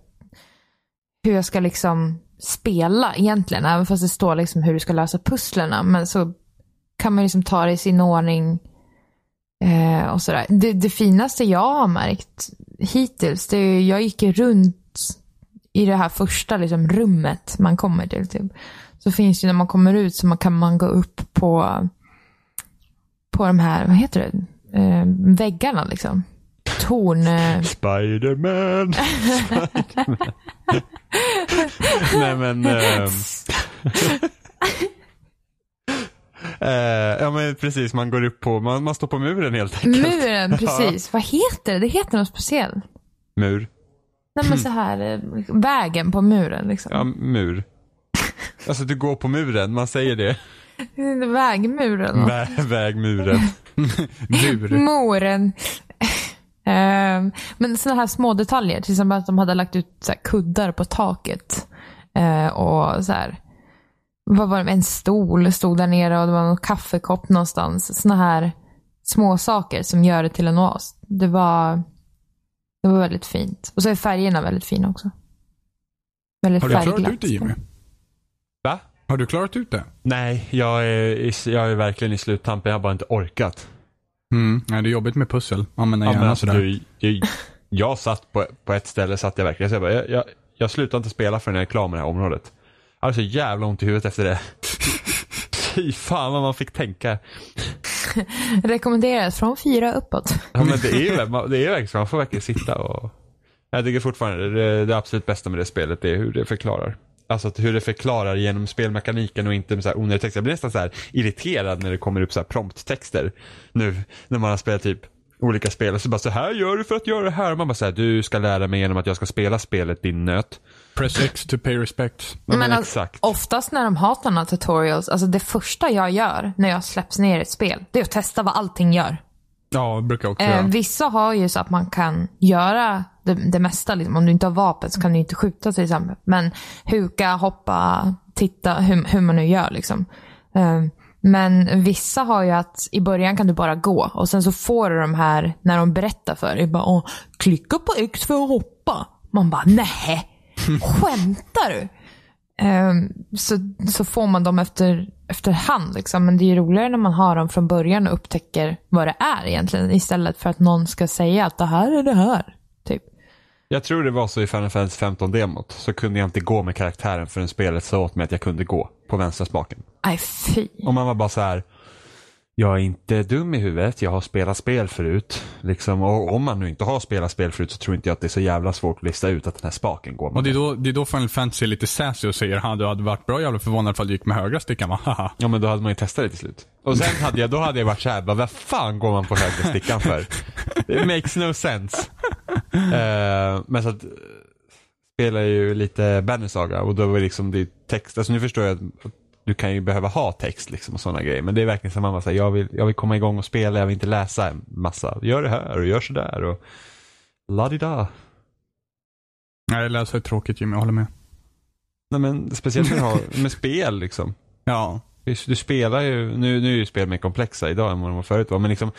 hur jag ska liksom spela egentligen. Även fast det står liksom hur du ska lösa pusslerna. Men så kan man liksom ta det i sin ordning. Eh, och sådär. Det, det finaste jag har märkt hittills, det är ju, jag gick ju runt i det här första liksom, rummet man kommer till. Typ. Så finns det ju när man kommer ut så man, kan man gå upp på, på de här, vad heter det, eh, väggarna liksom. Torn... Eh,
Spiderman! Nej men... ehm. Eh, ja men precis, man går upp på, man, man står på muren helt enkelt.
Mm. Muren, precis. Vad heter det? Det heter något speciellt.
Mur.
Nej men så här, eh, vägen på muren liksom.
Ja, mur. Alltså du går på muren, man säger det.
Vägmuren.
Vä vägmuren.
Bur.
Moren. Ehm, men sådana här små detaljer, till exempel att de hade lagt ut så här kuddar på taket. Eh, och så här, vad var det, en stol stod där nere och det var en kaffekopp någonstans. Sådana här små saker som gör det till en oas. Det var, det var väldigt fint. Och så är färgerna väldigt fina också. Väldigt
Har du klarat
färgglatt.
ut det Jimmy?
Va?
Har du klarat ut det?
Nej, jag är, i- jag är verkligen i sluttampen, jag har bara inte orkat.
Mm. Nej, det är jobbigt med pussel. Använda
Ja, men
hjärnan
alltså,
sådär.
du, du, jag satt på, på ett ställe, satt jag verkligen så jag, bara, jag, jag, jag slutar inte spela förrän jag är klar med det här området. Jag hade så jävla ont i huvudet efter det. Fy fan vad man fick tänka.
Rekommenderas från fyra uppåt.
Ja, men det är ju man- det är ju verkligen så, man får verkligen sitta och... Jag tycker fortfarande det, det absolut bästa med det spelet är hur det förklarar. Alltså att hur det förklarar genom spelmekaniken och inte med så här onödig text. Jag blir nästan så här irriterad när det kommer upp så här prompttexter nu när man har spelat typ olika spel och så bara så här gör du för att göra det här. Och man bara så här, du ska lära mig genom att jag ska spela spelet din nöt.
Press X to pay respects.
Ja, men
Men alltså,
exakt.
Oftast när de har sådana tutorials, alltså det första jag gör när jag släpps ner i ett spel, det är att testa vad allting gör.
Ja, det brukar jag också
Eh,
göra.
vissa har ju så att man kan göra det, det mesta. Liksom. Om du inte har vapen så kan du inte skjuta till exempel. Men huka, hoppa, titta, hur, hur man nu gör. Liksom. Eh, men vissa har ju att i början kan du bara gå och sen så får du de här när de berättar för dig. Bara, Åh, klicka på X för att hoppa. Man bara, nej, skämtar du? Ehm, så, så får man dem efter, efterhand. Liksom. Men det är ju roligare när man har dem från början och upptäcker vad det är egentligen. Istället för att någon ska säga att det här är det här. Typ.
Jag tror det var så i Final Fantasy 15-demot så kunde jag inte gå med karaktären förrän spelet sa åt mig att jag kunde gå på vänstra spaken.
Nej, fy.
Och man var bara så här. Jag är inte dum i huvudet, jag har spelat spel förut. Liksom, och om man nu inte har spelat spel förut så tror inte jag att det är så jävla svårt att lista ut att den här spaken går.
Och
Med.
det är, då, det är då Final Fantasy är lite sassy och säger han du hade varit bra jävla förvånad ifall du gick med högra stickan va? Haha.
Ja men då hade man ju testat det till slut. Och sen hade jag, då hade jag varit såhär, vad fan går man på högra stickan för? It makes no sense. Eh, men så att, eh, spelar jag ju lite Banner Saga och då var det liksom det är text, alltså nu förstår jag att du kan ju behöva ha text liksom och sådana grejer. Men det är verkligen som man bara säger, jag vill, jag vill komma igång och spela, jag vill inte läsa en massa. Gör det här och gör sådär och la-di-da.
Nej, läsa är tråkigt Jimmy, jag håller med.
Nej men speciellt när du har med spel liksom.
Ja.
Visst, Du spelar ju, nu, nu är ju spel mer komplexa idag än vad de var förut. Va? Men liksom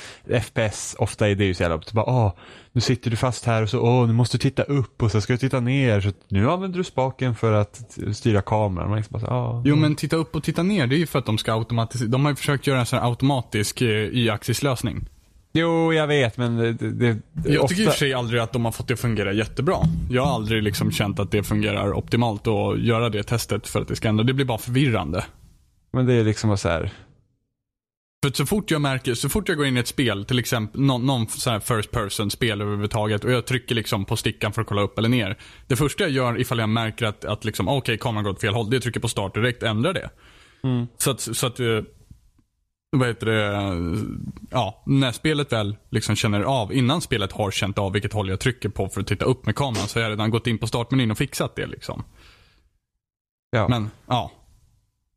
FPS, ofta är det ju så jävla, så bara, åh, nu sitter du fast här och så, åh, nu måste du titta upp och så ska du titta ner. Så att nu använder du spaken för att styra kameran. Man liksom bara, så, åh.
Jo, men titta upp och titta ner, det är ju för att de ska automatisera. De har ju försökt göra en sån här automatisk eh, y-axislösning.
jo, jag vet, men det, det, det
Jag
ofta,
tycker i och för sig aldrig att de har fått det att fungera jättebra. Jag har aldrig liksom känt att det fungerar optimalt att göra det testet för att det ska ändra. Det blir bara förvirrande.
men det är liksom bara så här,
För så fort jag märker, så fort jag går in i ett spel, till exempel någon, någon sån här first person spel överhuvudtaget och jag trycker liksom på stickan för att kolla upp eller ner. Det första jag gör ifall jag märker att, att liksom, okej kameran går åt fel håll, det är att trycka på start direkt, ändra det. Så att, så att, eh, vad heter det, ja, när spelet väl liksom känner av, innan spelet har känt av vilket håll jag trycker på för att titta upp med kameran så har jag redan gått in på startmenyn och fixat det liksom.
ja.
Men ja.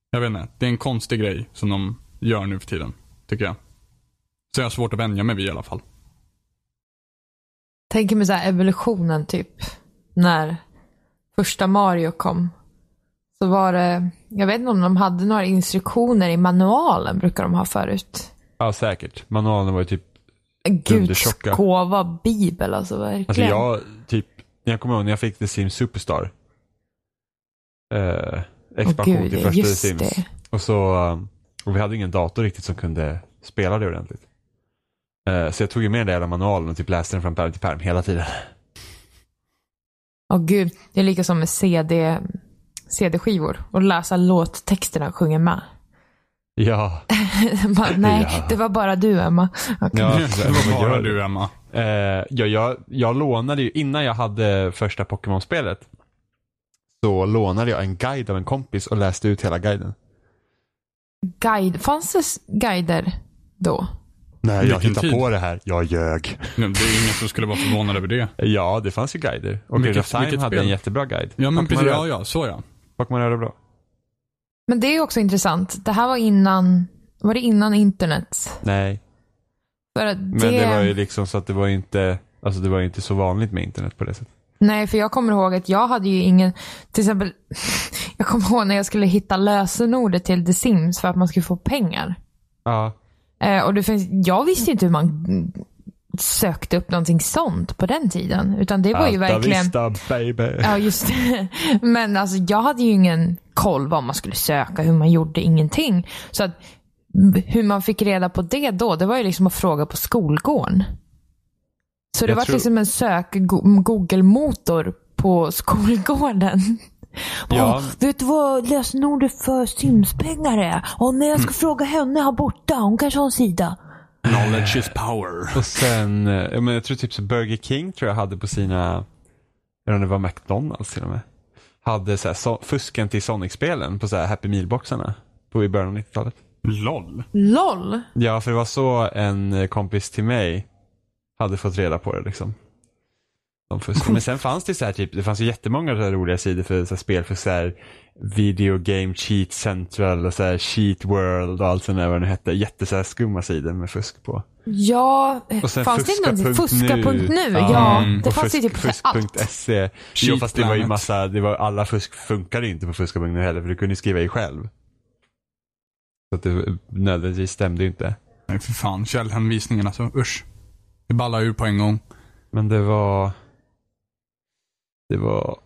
Jag vet inte. Det är en konstig grej som de gör nu för tiden. Tycker jag. Så jag har svårt att vänja mig vid i alla fall.
Tänker mig så här evolutionen typ. När första Mario kom. Så var det, jag vet inte om de hade några instruktioner i manualen brukar de ha förut.
ja, säkert. Manualen var ju typ
Guds
Dundertjocka.
gåva bibel alltså
Alltså
verkligen.
jag, typ, jag kommer ihåg när jag fick The Sims Superstar. Eh, expansion
Åh, gud,
till första The
just
Sims.
det.
Och så, um, och vi hade ingen dator riktigt som kunde spela det ordentligt. Eh, så jag tog ju med den där jävla manualen och typ läste den från pärm till pärm hela tiden.
Åh gud, det är lika som med CD, CD-skivor. Och läsa låttexterna och sjunga med.
Ja.
Bara, Nej,
Ja.
det var bara du Emma. Okej.
ja
det var bara du Emma.
Eh, ja, jag, jag lånade ju, innan jag hade första Pokémon-spelet, så lånade jag en guide av en kompis och läste ut hela guiden.
Guide, fanns det s- guider då?
Nej, jag
Vilken
hittade
tid.
på det här. Jag ljög.
Nej, Det är ingen som skulle vara förvånad över det.
Ja, det fanns ju guider. Och Ocarina of
Vilket-
Time
vilket
hade
spel?
en jättebra guide.
Ja men
Pokémon
precis. Ja,
Röd.
ja. Så ja.
Pokémon Röd är bra.
Men det är också intressant. Det här var innan, var det innan internet?
Nej,
För att det,
men det... var ju liksom så att det var ju inte, alltså det var ju inte så vanligt med internet på det sättet.
Nej, för jag kommer ihåg att jag hade ju ingen, till exempel, jag kommer ihåg när jag skulle hitta lösenordet till The Sims för att man skulle få pengar.
Ja,
Eh, och det finns, jag visste ju inte hur man mm, sökte upp någonting sånt på den tiden. Utan det var ju
Alta
verkligen...
Vista, baby.
Ja, just det. Men alltså, jag hade ju ingen koll vad man skulle söka, hur man gjorde, ingenting. Så att, m- hur man fick reda på det då, det var ju liksom att fråga på skolgården. Så det
Jag
var
tror-
liksom en sök-Google-motor på skolgården.
Ja.
Åh, vet du vad lösenordet för Sims-pengar är? Åh nej,
Mm.
jag ska fråga henne här borta. Hon kanske har en sida.
Knowledge is power.
Och sen, eh, ja, men jag tror typ så Burger King tror jag hade på sina, eller om det var McDonalds till och med, hade så här, so- fusken till Sonic-spelen på så här Happy Meal-boxarna på i början av 90-talet.
LOL.
LOL!
Ja, för det var så en eh, kompis till mig hade fått reda på det liksom. De fuskar. Men sen fanns det så här typ, det fanns ju jättemånga så här roliga sidor för så här spel för så här Video Game Cheat Central och så här Cheat World och allt sånt där vad det nu hette. Jätte så här skumma sidor med fusk på.
Ja,
Och sen
fanns det inte någonting?
fuska.nu.
Fuska.nu?
Ja. Mm.
Ja, det
och
fanns ju typ för allt.
Fusk.se. Jo, fast det var ju
Cheatplanet.
massa, det var, alla fusk funkade ju inte på fuska.nu heller för du kunde ju skriva i själv. Så att det nödvändigtvis stämde ju inte.
Nej för fan. Källhänvisningen alltså. Usch. Det ballar ur på en gång.
Men det var... Det var...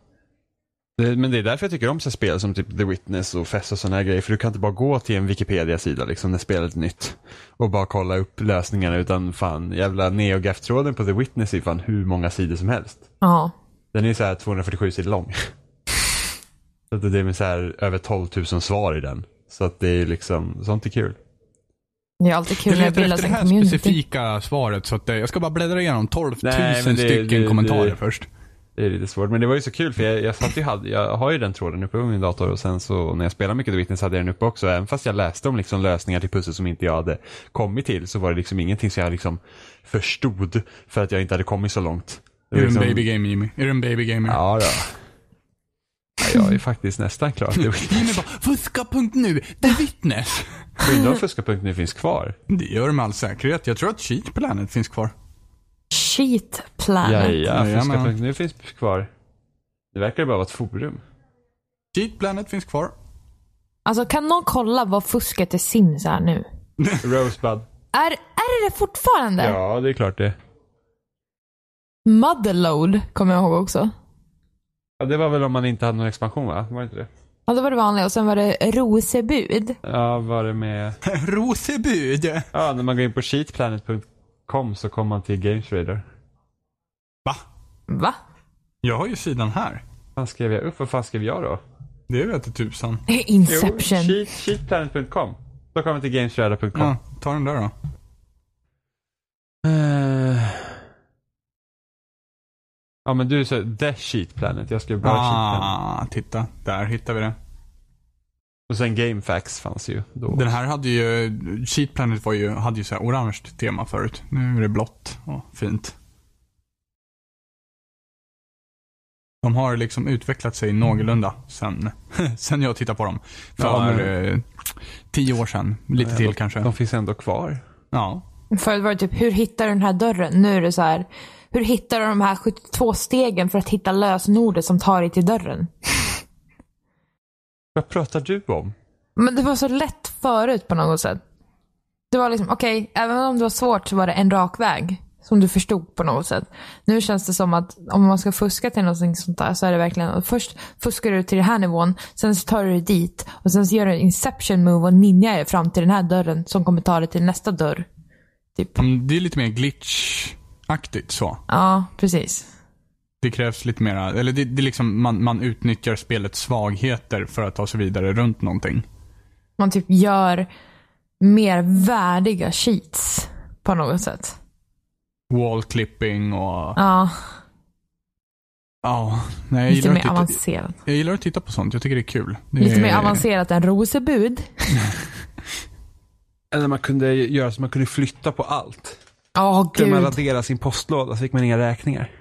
Det, men det är därför jag tycker om så här spel som typ The Witness och Fest och sådana här grejer. För du kan inte bara gå till en Wikipedia-sida liksom när spelet är nytt. Och bara kolla upp lösningarna utan fan jävla neogaf-tråden på The Witness är fan hur många sidor som helst.
Ja.
Den är så här 247 sidor lång. så att det är med så här över 12 000 svar i den. Så att det är liksom, sånt är kul.
Det är alltid kul
Jag
när det
letar
bildas
efter det
en
här
community.
specifika svaret så att eh, jag ska bara bläddra igenom 12 000
Nej, men det-
stycken
det- det-
kommentarer först.
Det är lite svårt, men det var ju så kul för jag, jag, satt ju, hade, jag har ju den tråden uppe på min dator och sen så när jag spelade mycket The Witness hade jag den uppe också. Även fast jag läste om liksom lösningar till pussel som inte jag hade kommit till så var det liksom ingenting som jag liksom förstod för att jag inte hade kommit så långt. Det
Är
var
du en
liksom,
baby gamer Jimmy? Är du en baby gamer?
Ja, ja. ja. Jag är faktiskt nästan klar. The Witness.
Jimmy bara, fuska.nu, the witness.
Undrar om fuska.nu finns kvar?
Det gör det med all säkerhet. Jag tror att Cheat Planet finns kvar.
Cheat planet.
Ja, ja,
Jajamän.
fuska.nu finns kvar. Det verkar ju bara vara ett forum.
Cheat Planet finns kvar.
Alltså kan någon kolla vad fusket i Sims är nu?
Rosebud.
Är, är det det fortfarande?
Ja, det är klart det.
Motherload kommer jag ihåg också.
Ja, det var väl om man inte hade någon expansion va? Var det inte det?
Ja, det var det vanliga. Och sen var det Rosebud.
Ja, var det med...
Rosebud.
Ja, när man går in på sheetplanet.com så kommer man till GameTrader.
Va?
Va?
Jag har ju sidan här.
Vad fan skrev jag upp? Vad fan skrev jag då?
Det vete tusan.
Inception.
Jo, sheet, sheetplanet.com. Så kommer man till GameTrader.com.
Ja, ta den där då.
Eh. Ja men du sa The Sheet Planet. Jag skrev bara Sheet Planet.
Ah, titta. Där hittar vi det.
Och sen GameFAQs fanns ju då.
Den här hade ju, Cheat Planet var ju, hade ju så här orange tema förut. Nu är det blått och fint. De har liksom utvecklat sig någorlunda sen, sen jag tittade på dem. För
Ja,
eh, tio år sedan. Lite till kanske.
De finns ändå kvar.
Ja.
Förut var det typ, hur hittar du den här dörren? Nu är det så här, hur hittar du de här 72 stegen för att hitta lösenordet som tar dig till dörren?
Vad pratar du om?
Men det var så lätt förut på något sätt. Det var liksom, okej, även om det var svårt så var det en rak väg. Som du förstod på något sätt. Nu känns det som att om man ska fuska till något sånt där så är det verkligen, först fuskar du till den här nivån, sen så tar du dig dit och sen så gör du en inception move och ninjar dig fram till den här dörren som kommer ta dig till nästa dörr. Typ.
Mm, Det är lite mer glitch-aktigt så.
Ja, precis.
Det krävs lite mera, eller det, det är liksom, man, man utnyttjar spelets svagheter för att ta sig vidare runt någonting.
man typ gör mer värdiga cheats på något sätt.
Wall clipping och,
Ja,
ja. nej, jag
lite
gillar, att
mer
titta,
avancerat.
jag gillar att titta på sånt. Jag tycker det är kul. Det
Lite
är-
mer avancerat än rosebud.
Eller man kunde göra så man kunde flytta på allt.
Ja,
Kunde man
gud.
radera sin postlåda så fick man inga räkningar.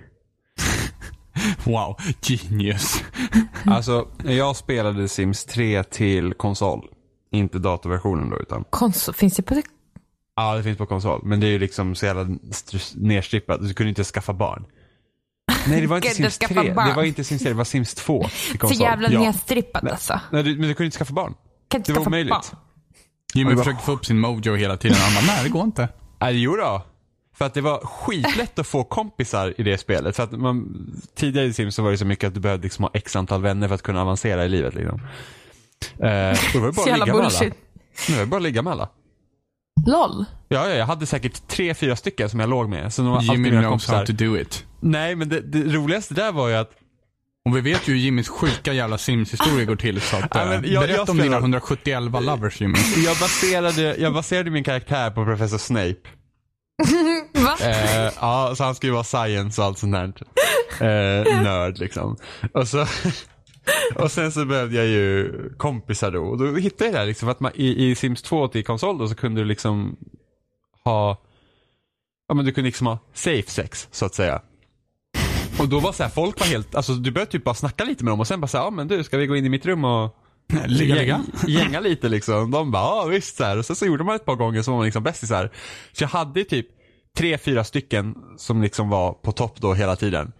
Wow, genius.
Mm.
Alltså, när jag spelade Sims 3 till konsol. Inte datorversionen då utan.
Konso, finns det på...
Ja, det finns på konsol. Men det är ju liksom så jävla str- nerstrippat. Du kunde inte skaffa barn. Nej, det var inte
Gud,
Sims
du
3.
skaffar barn.
Det var inte Sims 3, det var Sims 2 till
För
konsol.
jävla
ja.
nedstrippat alltså.
Nej, du, men du kunde inte skaffa barn.
Kan inte
Det var
skaffa
omöjligt.
barn.
Jimmy
Ja, det var-
försökte få upp sin mojo hela tiden. Han bara, nej det går inte.
Nej, jo då. För att det var skitlätt att få kompisar i det spelet. För att man, tidigare i Sims så var det så mycket att du behövde liksom ha x antal vänner för att kunna avancera i livet. Liksom. Eh, och det var ju bara
Så
att
jävla
ligga med alla.
bullshit.
Det var ju bara att ligga med alla.
LOL.
Ja, ja, jag hade säkert tre, fyra stycken som jag låg med. Så de var alltid
Jimmy
mina
knows how
kompisar.
to do it.
Nej, men det, det roligaste där var ju att
Och vi vet ju hur Jimmys sjuka jävla Sims-historia går till. Så att,
Ja,
eh,
men jag-
berätta
jag
om dina
spelar-
171 lovers Jimmy.
jag baserade, jag baserade min karaktär på Professor Snape.
Va?
Eh, ja, så han skulle ju vara science och allt sånt där. Eh, nörd liksom. Och, så, och sen så behövde jag ju kompisar då. Och då hittade jag det här liksom att man, i, i Sims 2 till konsol då så kunde du liksom ha, ja men du kunde liksom ha safe sex så att säga. Och då var så här, folk var helt, alltså du började typ bara snacka lite med dem och sen bara så här, ja men du ska vi gå in i mitt rum och
Ligga,
gäng-
ligga.
gänga lite liksom. De bara, ja visst så här. Och sen så gjorde man ett par gånger så var man liksom bästisar. Så jag hade ju typ tre, fyra stycken som liksom var på topp då hela tiden.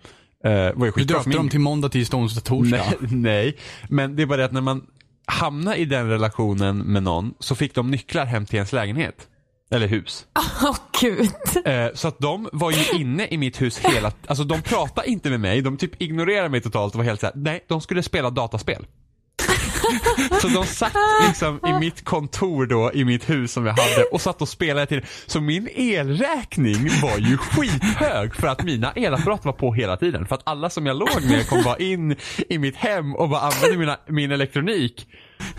Eh, var ju
Du
skitbra för
döpte
min-
dem till måndag, tisdag, onsdag, torsdag.
Nej, nej, men det är bara det att när man hamnar i den relationen med någon så fick de nycklar hem till ens lägenhet. Eller hus.
Åh gud.
Eh, så att de var ju inne i mitt hus hela, alltså de pratade inte med mig, de typ ignorerade mig totalt och var helt såhär, nej de skulle spela dataspel. Så de satt liksom i mitt kontor då, i mitt hus som jag hade och satt och spelade till Så min elräkning var ju skithög för att mina elapparat var på hela tiden. För att alla som jag låg med kom bara in i mitt hem och bara använde mina, min elektronik.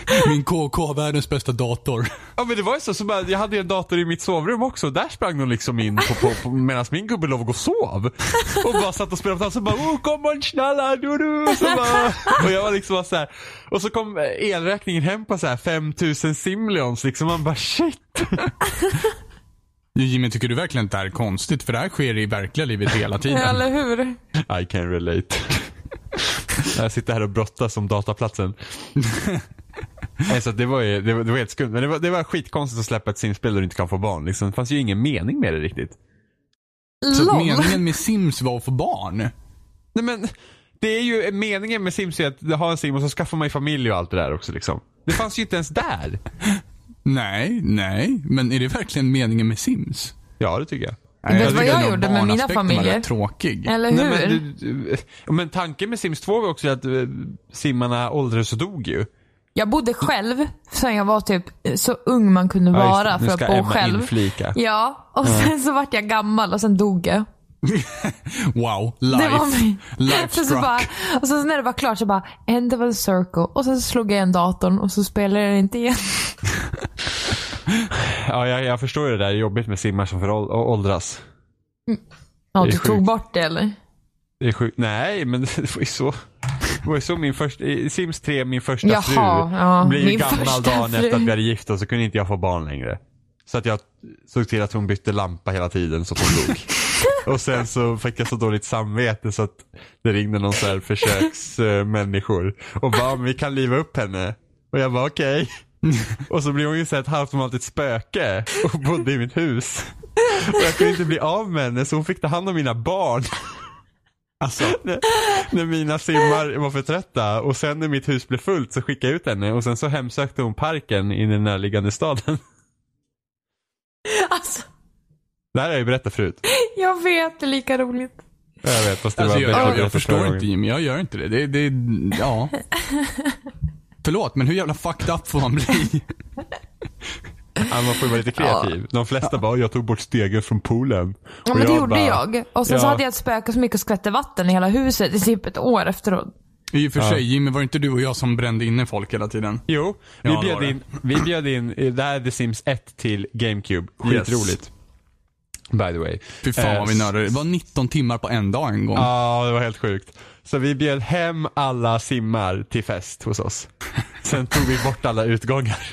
Min KK, världens bästa dator.
Ja men det var ju så, så bara, jag hade ju en dator i mitt sovrum också och där sprang de liksom in på, på, på medan min gubbe låg och sov. Och bara satt och spelade på dansen och bara oh, kom on snälla du du. Så bara, och jag var liksom bara så här. Och så kom elräkningen hem på så här 5000 simleons liksom. Man bara shit.
Jimmy, tycker du verkligen att det här är konstigt? För det här sker i verkliga livet hela tiden.
Eller hur?
I can relate. jag sitter här och brottas om dataplatsen. Nej, så att det, var ju, det, var, det var helt skumt. Men det var, det var skitkonstigt att släppa ett simspel där du inte kan få barn. Liksom. Det fanns ju ingen mening med det riktigt.
Så att
LOL.
meningen med Sims var att få barn.
Nej men, Det är ju meningen med Sims är att ha en sim och så skaffar man ju familj och allt det där också liksom. Det fanns ju inte ens där.
Nej, nej. Men är det verkligen meningen med Sims?
Ja, det tycker jag.
Nej,
Vet du vad
tycker
jag
nog
gjorde med mina
barnaspekten var
familjer?
rätt tråkig.
Eller hur?
Nej, men, du, du, ja, men tanken med Sims 2 var också att eh, simmarna åldrades och dog ju.
Jag bodde själv sen jag var typ så ung man kunde
Ja, just
vara
det. Nu
för
ska
att bo
Emma
själv.
inflika.
Ja, och sen så vart jag gammal och sen dog jag.
Wow, life.
Det var min...
Life
Sen så
struck.
bara, och sen så när det var klart så bara, end of a circle. Och sen så slog jag igen datorn och så spelade den inte igen.
Ja, jag, jag förstår ju det där. Det är jobbigt med simmar som förål- å- åldras.
Ja,
Det är
du tog
sjukt.
bort det eller?
Det är sjukt. Nej, men det var ju så. Det var ju så min första, i Sims 3, min första
Jaha,
fru,
ja,
blev
min
gammal
första
dagen efter
fru.
att vi hade gift oss så kunde inte jag få barn längre. Så att jag såg till att hon bytte lampa hela tiden så att hon dog. Och sen så fick jag så dåligt samvete så att det ringde någon så här försöksmänniskor och bara, "Men vi kan liva upp henne. Och jag bara okej. Och så blev hon ju så här ett halvnormalt spöke och bodde i mitt hus. Och jag kunde inte bli av med henne så hon fick ta hand om mina barn. Alltså. när, när mina simmar var för trötta och sen när mitt hus blev fullt så skickade jag ut henne och sen så hemsökte hon parken i den närliggande staden.
Alltså,
Det här har jag ju berättat förut.
jag vet, det är lika roligt.
Jag vet fast det
Alltså,
var
jag, jag,
berättade
jag
första
förstår
gången.
inte Jimmy, jag gör inte det. Det, det ja. Förlåt, men hur jävla fucked up får man bli?
Ja, man får ju vara lite kreativ. De flesta bara, jag tog bort stegen från poolen.
Ja,
Och
men det
jag
gjorde
bara,
jag. Och sen så
ja.
hade jag ett spöke som gick och skvätte vatten i hela huset i typ ett år efteråt.
I och för sig, Jimmy, var det inte du och jag som brände inne folk hela tiden?
Jo,
Ja,
vi,
det var
bjöd
det.
in, vi bjöd in, eh, det här är The Sims 1 till GameCube. Skitroligt. By the way.
Fy fan
Eh,
vad vi nördade. Det var 19 timmar på en dag en gång.
Ja, det var helt sjukt. Så vi bjöd hem alla simmar till fest hos oss. Sen tog vi bort alla utgångar.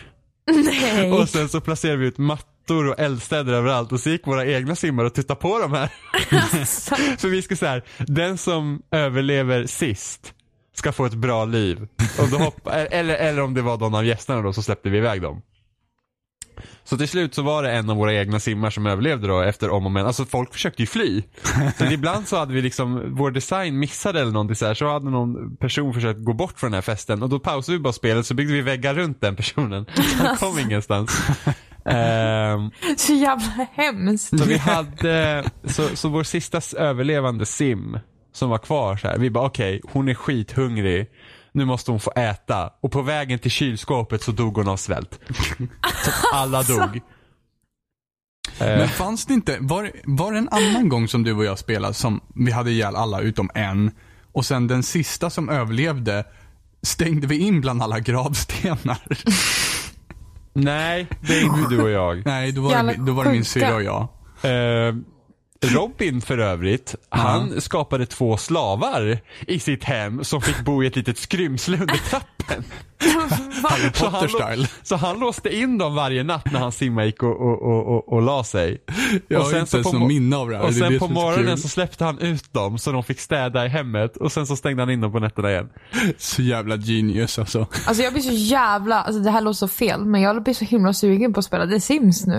Nej.
Och sen så placerade vi ut mattor och eldstäder överallt och så gick våra egna simmar och tittade på de här.
Alltså,
För vi skulle så här, den som överlever sist ska få ett bra liv. Och då hoppa, eller, eller om det var någon av gästerna då så släppte vi iväg dem. Så till slut så var det en av våra egna simmar som överlevde då efter om och men. Alltså folk försökte ju fly. Men ibland så hade vi liksom, vår design missade eller någonting så här. Så hade någon person försökt gå bort från den här festen och då pausade vi bara spelet så byggde vi väggar runt den personen. Han kom ingenstans. Ehm,
så jävla hemskt.
så vi hade, så, så vår sista s- överlevande sim som var kvar så här, vi bara okej, hon är skithungrig. Nu måste hon få äta. Och på vägen till kylskåpet så dog hon av svält. Så att alla
Alltså.
dog. Eh.
Men fanns det inte, var, var det en annan gång som du och jag spelade som vi hade ihjäl alla utom en och sen den sista som överlevde stängde vi in bland alla gravstenar?
Nej, det är inte du och jag.
Nej, då var,
Jävla
det, då var det min
sjuka.
syrra och jag.
Eh, Robin för övrigt, han skapade två slavar i sitt hem som fick bo i ett litet skrymsle under trappen. Så han,
Potter-style.
så han låste in dem varje natt när han simmade gick och, och, och, och, och la sig.
Jag har inte ens
på
något
mo-
minne av det här.
Och
Det är det
sen på
som är så
morgonen
kul.
så släppte han ut dem så de fick städa i hemmet och sen så stängde han in dem på nätterna igen.
Så jävla genius alltså.
Alltså jag blir så jävla, alltså det här låter så fel, men jag blir så himla sugen på att spela The Sims nu.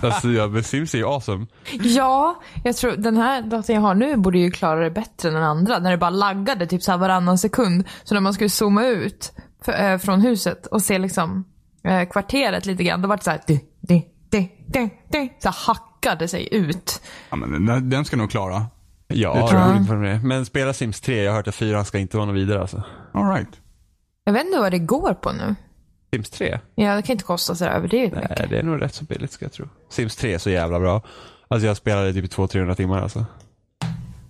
Alltså ja, men Sims är ju awesome.
Ja, jag tror den här datorn jag har nu borde ju klara det bättre än den andra. När det bara laggade typ så här varannan sekund. Så när man skulle zooma ut för, eh, från huset och se liksom eh, kvarteret lite grann. Då var det så här, di, di, di, di, di, så här hackade sig ut.
Ja, men den, den ska nog klara.
Ja,
Det tror jag.
roligt för mig. Men spela Sims 3, jag har hört att 4 ska inte vara något vidare alltså.
All right.
Jag vet inte vad det går på nu.
Sims 3?
Ja, det kan inte kosta så där överdrivet mycket.
Nej, det är nog rätt så billigt ska jag tro. Sims 3 är så jävla bra. Alltså jag spelade typ i 200-300 timmar alltså.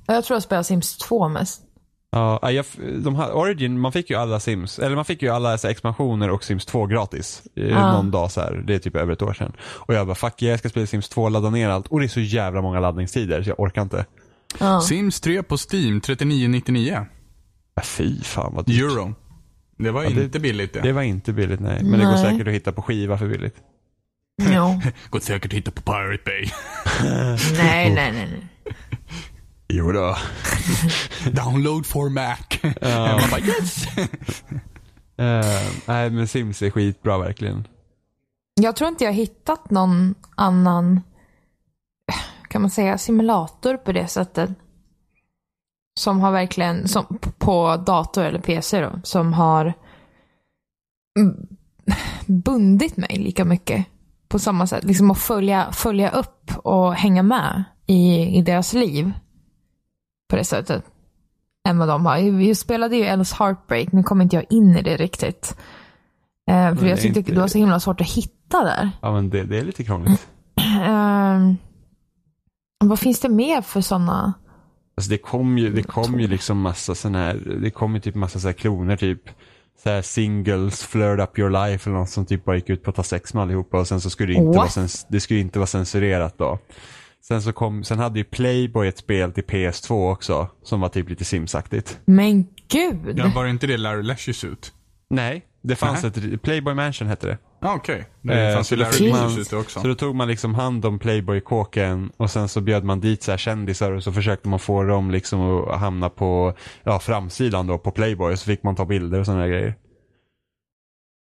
Jag tror jag spelar Sims 2 mest.
Ja, jag, f- de här, Origin, man fick ju alla Sims, eller man fick ju alla så här expansioner och Sims 2 gratis. eh,
Ah.
Någon dag så här, det är typ över ett år sedan. Och jag bara fuck yeah, jag ska spela Sims 2, ladda ner allt. Och det är så jävla många laddningstider så jag orkar inte.
Sims 3 på Steam, 39,99
Ja, Fy fan vad dyrt.
euro. Det var
det-
inte billigt det.
Det var inte billigt nej. Men det går
Nej.
säkert att hitta på skiva för billigt.
Ja.
Går säkert att hitta på Pirate Bay.
nej, nej, nej. nej.
Jo då.
Download for Mac. Man bara yes!
Eh, nej men Sims är skitbra verkligen.
Jag tror inte jag har hittat någon annan, kan man säga, simulator på det sättet. Som har verkligen, som, på dator eller PC då, som har mm, bundit mig lika mycket. På samma sätt. Liksom att följa, följa upp och hänga med i, i deras liv. På det sättet. Än vad de har. Vi spelade ju Ellis Heartbreak, nu kommer inte jag in i det riktigt. Eh, för
det
jag
är
tyckte
inte-
det var så himla svårt att hitta där.
Ja men det, det är lite krångligt.
Ehm, vad finns det mer för sådana?
Alltså det kom ju, det kom ju liksom massa sådana här, det kom ju typ massa så här kloner typ. Så här singles, flirt up your life eller något som typ bara gick ut på att ta sex med allihopa och sen så skulle det inte,
What?
vara, cens- det skulle inte vara censurerat då. Sen så kom, sen hade ju Playboy ett spel till PS2 också som var typ lite Sims-aktigt.
Men gud!
Ja, var det inte det Larry Lashys ut?
Nej, det fanns ett, Playboy Mansion hette det.
Ja, Ah, okej. Det
Eh,
fanns
så
ju
då
Larry
fick man-
Lashys ute också.
Så då tog man liksom hand om Playboy-kåken och sen så bjöd man dit så här kändisar och så försökte man få dem liksom att hamna på ja, framsidan då på Playboy. Så fick man ta bilder och sådana grejer.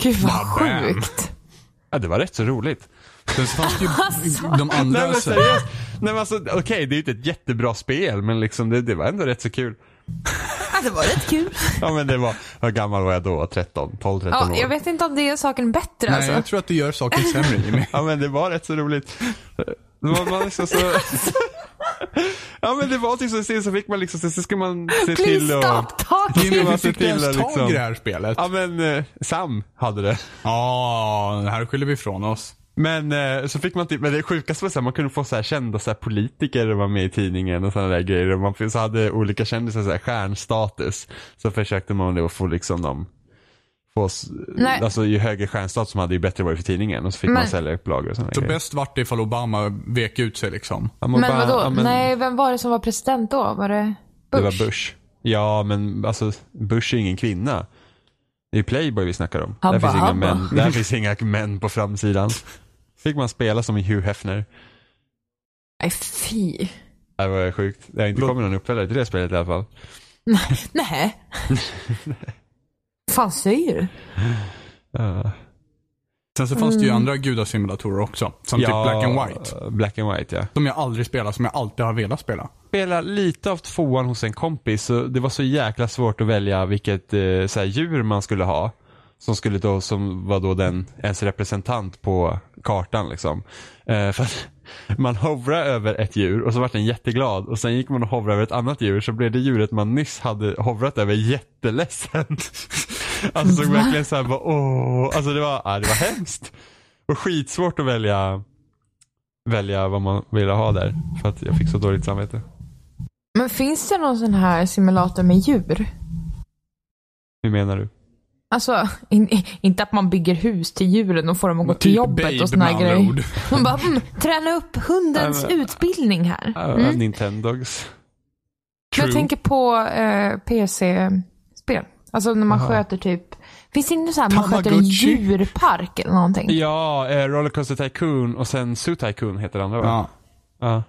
Gud vad
Bam.
sjukt.
Ja, det var rätt så roligt.
Sen så fanns det ju
Alltså.
de
Nej
andra.
men
så-
seriöst. Nej men alltså okej, det är ju inte ett jättebra spel men liksom det, det var ändå rätt så kul.
Ja, det var rätt kul.
Ja men det var, hur gammal var jag då? 13, 12, 13
Ja,
år.
jag vet inte om det är saken bättre
Nej,
alltså.
jag tror att det gör saker sämre, Jimmy.
Ja men det var rätt så roligt. Det var man liksom så... Ja men det var typ så, så fick man liksom, så, så ska man se
Please
till och...
stop talking!
Jimmy, hur
man se
fick du ens
till
tag
att liksom-
i det här spelet?
Ja men eh, Sam hade det.
Ja, det här skyller vi ifrån oss.
Men eh, så fick man typ, men det sjukaste var så här, man kunde få så här kända så här, politiker att vara med i tidningen och sådana där grejer. Och man fick- så hade olika kändisar så här, stjärnstatus. Så försökte man då få liksom dem, få, s-
Nej.
alltså ju högre stjärnstatus man hade ju bättre var det för tidningen. Och så fick man
Men-
sälja upplagor och sådana
Så
grejer.
bäst vart det ifall Obama vek ut sig liksom.
Ja, man
Men
bara,
vadå?
ja, men-
Nej, vem var det som var president då? Var det
Det
Bush?
var Bush. Ja, men alltså Bush är ingen kvinna. Det är Playboy vi snackar om.
Habba,
där, finns inga
habba.
män, där finns inga män på framsidan. Fick man spela som i Hugh Hefner.
Nej, fy.
Äh, Det var sjukt. Det har inte
Låt-
kommit någon uppföljare till det spelet i alla fall.
Nej. Fan säger du?
Uh,
Sen så fanns det ju
Mm.
andra gudasimulatorer också. Som typ Black and White.
Black and White ja.
Som jag aldrig spelar, som jag alltid har velat spela.
Spela lite av tvåan hos en kompis. Så det var så jäkla svårt att välja vilket eh, så här, djur man skulle ha. Som skulle då, som var då den, ens representant på kartan liksom. Eh, för att man hovrade över ett djur och så vart den jätteglad och sen gick man och hovrade över ett annat djur så blev det djuret man nyss hade hovrat över jätteledsen. Alltså såg verkligen såhär bara åh, alltså det var, ja, det var hemskt. Och skitsvårt att välja, välja vad man ville ha där. För att jag fick så dåligt samvete.
Men finns det någon sån här simulator med djur?
Hur menar du?
Alltså, in, inte att man bygger hus till djuren och får dem att gå
Typ
till jobbet och såna här grejer. Man bara, mm, träna upp hundens
Nej, men-
utbildning här.
Mm.
Mm.
Nintendogs.
Jag tänker på eh, PC-spel. Alltså när man
Aha.
sköter typ, finns det inte så här man sköter en
Tamagotchi?
djurpark eller någonting?
Ja, eh, Rollercoaster Tycoon och sen Zoo Tycoon heter det andra va?
Ja.
Ja. När man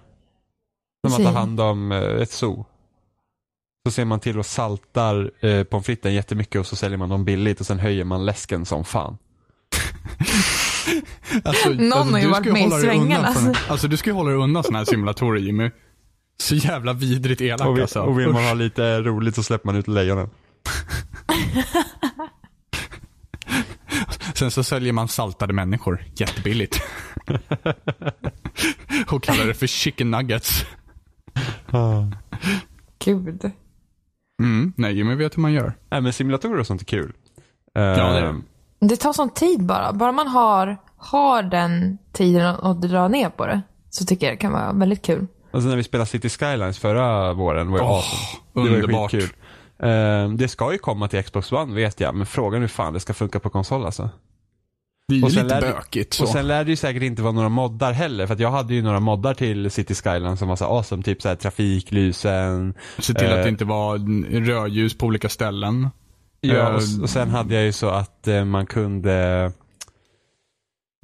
Precis.
tar hand om eh, ett zoo. Så ser man till och saltar eh, pommes fritesen jättemycket och så säljer man dem billigt och sen höjer man läsken som fan.
Alltså,
Någon har ju
du
varit
ska
med i
hålla dig undan
svängarna,
från- Alltså du ska ju hålla dig undan sådana här simulatorer Jimmy. Så jävla vidrigt elak
Och vill,
alltså.
och vill man
Usch.
ha lite roligt så släpper man ut lejonen.
Sen så säljer man saltade människor jättebilligt. och kallar det för chicken nuggets.
Gud.
Mm. Nej, Jimmy vet hur man gör.
Nej men simulatorer och sånt är kul.
det är
Eh,
det.
Det tar sån tid bara. Bara man har, har den tiden att- att dra ner på det. Så tycker jag det kan vara väldigt kul.
Alltså när vi spelade City Skylines förra våren var ju
Åh,
awesome. Det var ju
underbart.
skitkul. Eh, det ska ju komma till Xbox One vet jag, men frågan är hur fan det ska funka på konsol alltså.
Det är ju
Och sen
lite
lär det-
bökigt så.
Och sen lär det ju säkert inte vara några moddar heller. För att jag hade ju några moddar till City Skyline som var så här awesome. Typ så här trafiklysen.
Se till att
eh,
det inte var rödljus på olika ställen.
Ja,
Ja,
Ehm, och, s- och sen hade jag ju så att eh, man kunde...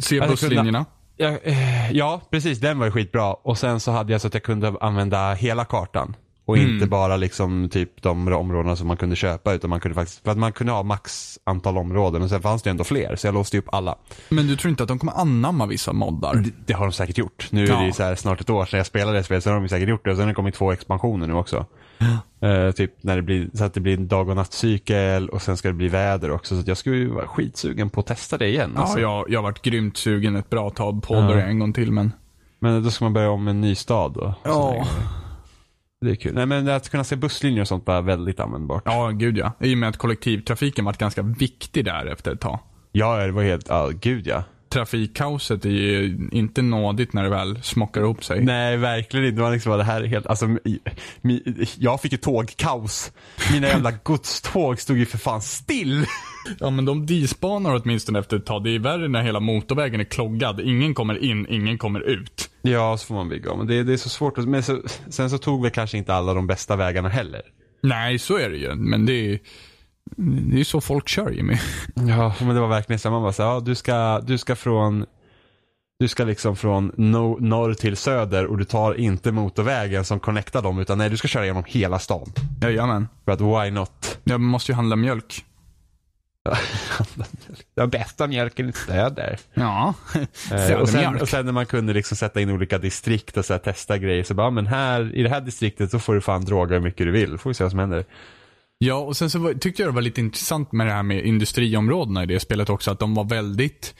Se
jag skulle-
busslinjerna.
Ja, eh, ja, precis. Den var ju skitbra. Och sen så hade jag så att jag kunde använda hela kartan. Och
Mm.
inte bara liksom typ de områdena som man kunde köpa utan man kunde faktiskt, för att man kunde ha max antal områden och sen fanns det ändå fler så jag låste upp alla.
Men du tror inte att de kommer anamma vissa moddar?
Det, det har de säkert gjort. Nu är det ju
Ja.
så här snart ett år sedan jag spelade det spelet så har de ju säkert gjort det och sen har det kommit två expansioner nu också. Eh, typ när det blir, så att det blir en dag och nattcykel och sen ska det bli väder också så att jag skulle ju vara skitsugen på att testa det igen.
Ja,
alltså.
jag, jag har varit grymt sugen ett bra tag på det en gång till, men...
Men då ska man börja om med en ny stad då.
Ja.
Det är kul. Nej men att kunna se busslinjer och sånt var väldigt användbart.
ja, gud ja. I och med att kollektivtrafiken varit ganska viktig där efter ett tag.
Ja, det var helt, ja gud ja.
Trafikkaoset är ju inte nådigt när det väl smockar ihop sig.
Nej, verkligen inte. Det var liksom bara det här är helt, alltså, mi- mi- jag fick ju tågkaos. Mina jävla godståg stod ju för fan still.
Ja, men de disbanar åtminstone efter ett tag. Det är värre när hela motorvägen är kloggad. Ingen kommer in, ingen kommer ut.
Ja, så får man bygga om. Det, det är så svårt. att- Men så, sen så tog vi kanske inte alla de bästa vägarna heller.
Nej, så är det ju. Men det är det är ju så folk kör Jimmy.
Ja, men det var verkligen så. här, Man bara så här, ja, du ska, du ska från du ska liksom från no, norr till söder och du tar inte motorvägen som connectar dem utan nej du ska köra genom hela stan.
Jajamän.
För att why not?
Jag måste ju handla mjölk.
Den bästa mjölken i söder.
Ja.
Eh, och, sen,
Södermjölk.
och sen när man kunde liksom sätta in olika distrikt och så här testa grejer. Så bara, men här, i det här distriktet så får du fan droga hur mycket du vill. Får vi se vad som händer.
Ja, och sen så var, tyckte jag det var lite intressant med det här med industriområdena i det spelet också. Att de var väldigt...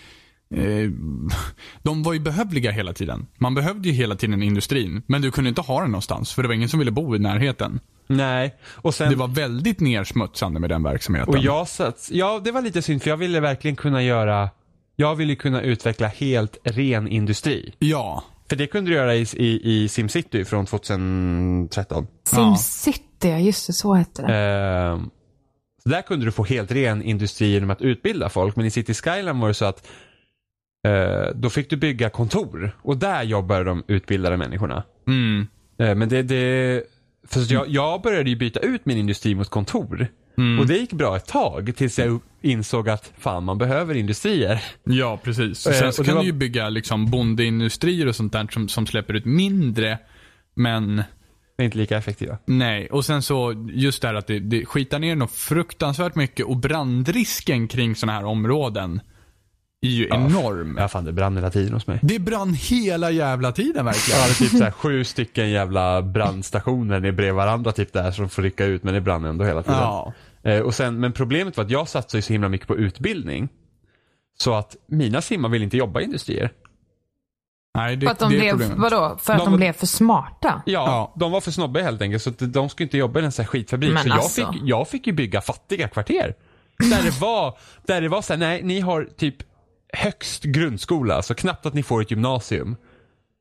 Eh, de var ju behövliga hela tiden. Man behövde ju hela tiden industrin. Men du kunde inte ha den någonstans. För det var ingen som ville bo i närheten.
Nej, och sen...
Det var väldigt nersmutsande med den verksamheten.
Och jag satt, ja det var lite synd för jag ville verkligen kunna göra, jag ville kunna utveckla helt ren industri.
Ja.
För det kunde du göra i, i, i Simcity från 2013.
Simcity, ja. just det, så hette det.
Ehm, så där kunde du få helt ren industri genom att utbilda folk. Men i City Skyline var det så att eh, då fick du bygga kontor och där jobbade de utbildade människorna.
Mm.
Eh, Men det, det för att jag, jag började ju byta ut min industri mot kontor.
Mm.
Och det gick bra ett tag tills jag insåg att fan man behöver industrier.
Ja, precis.
Eh,
Sen
och
så
det
kan
var-
du ju bygga liksom bondeindustrier och sånt där som, som släpper ut mindre. Men
Det är inte lika effektiva.
nej. Och sen så just det här att det, det skitar ner något fruktansvärt mycket och brandrisken kring sådana här områden är ju enorm.
Ja fan det brann hela tiden hos mig.
Det brann hela jävla tiden
Jag
verkligen.
hade typ så här sju stycken jävla brandstationer bredvid varandra typ där som får rycka ut men det brann ändå hela tiden.
Ja.
Eh, och sen, men problemet var att jag satsade ju så himla mycket på utbildning. Så att mina simmar vill inte jobba i industrier.
Nej, det,
För att de
det är
blev,
problemet.
vadå? För att
De
de,
var-
blev för smarta?
Ja,
Ja.
de var för snobbiga helt enkelt så att de skulle inte jobba i en sån här skitfabrik.
Men
så jag,
alltså.
fick, jag fick ju bygga fattiga kvarter. Där det var, där det var så här, nej ni har typ högst grundskola så knappt att ni får ett gymnasium.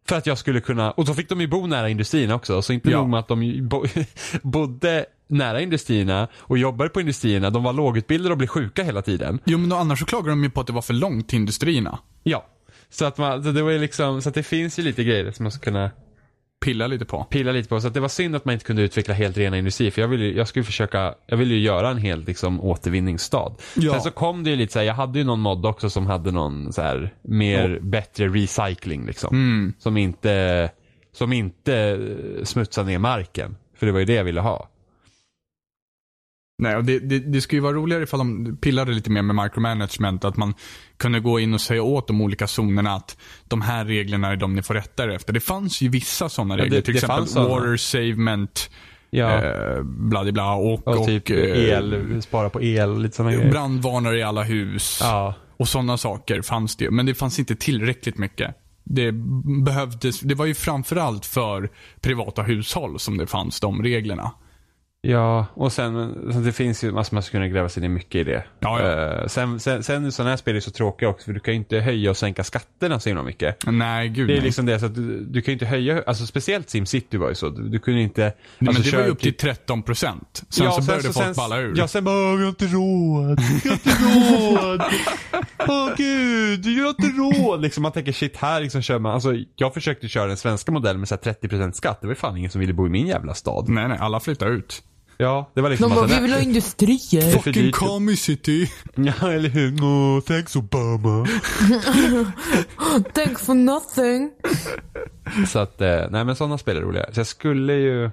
För att jag skulle kunna, och så fick de ju bo nära industrierna också så inte
Ja.
nog med att de ju bo, bodde nära industrierna och jobbade på industrierna. De var lågutbildade och blev sjuka hela tiden.
Jo, men då, annars så klagar de ju på att det var för långt till industrierna.
Ja. Så att, man, så det, var ju liksom, så att det finns ju lite grejer som man ska kunna
Pilla lite på.
pilla lite på. Så att det var synd att man inte kunde utveckla helt rena industrier. För jag ville, ju- jag skulle försöka, jag ville ju göra en hel liksom, återvinningsstad.
Ja.
Sen så kom det ju lite så här, jag hade ju någon mod också som hade någon så här mer, bättre recycling liksom.
Mm.
Som inte, som inte smutsade ner marken. För det var ju det jag ville ha.
Nej, och det, det, det skulle ju vara roligare ifall de pillade lite mer med micromanagement. Att man kunde gå in och säga åt de olika zonerna att de här reglerna är de ni får rätta er efter. Det fanns ju vissa sådana
det-
regler. till
det
exempel
fanns såna.
water savement,
Ja.
eh, bla bla, bla och,
och,
och,
typ
eh,
el, spara på el, lite sådana grejer.
brandvarnare i alla hus.
Ja.
Och sådana saker fanns det ju. Men det fanns inte tillräckligt mycket. Det behövdes, det var ju framförallt för privata hushåll som det fanns de reglerna.
Ja, och sen så det finns ju massor man skulle kunna gräva sig ner mycket i det.
Ja, ja.
Eh, sen, sen, sen sådana här spel är så tråkiga också för du kan ju inte höja och sänka skatterna så himla mycket.
Nej, gud
Det är
nej.
liksom det, så att du, du kan ju inte höja, alltså speciellt SimCity var ju så. Du, du kunde inte...
Nej,
alltså,
men det var ju
köra-
upp till 13 procent. Sen
Ja,
så började folk
sen-
balla ur.
Ja, sen bara "Åh, vi har inte råd. Vi har inte råd. Åh gud, vi har inte råd. Liksom, man tänker shit, här liksom kör man, alltså jag försökte köra den svenska modellen med så här 30% skatt. Det var ju fan ingen som ville bo i min jävla stad.
Nej, nej, alla flyttar ut.
Ja, det var liksom
De bara,
bara så
vi
här,
vill ha industrier.
för dyrt.
comicity.
Ja, eller hur? Åh, thanks Obama.
Thank for nothing.
Så att, eh, nej men sådana spel är roliga. Så jag skulle ju...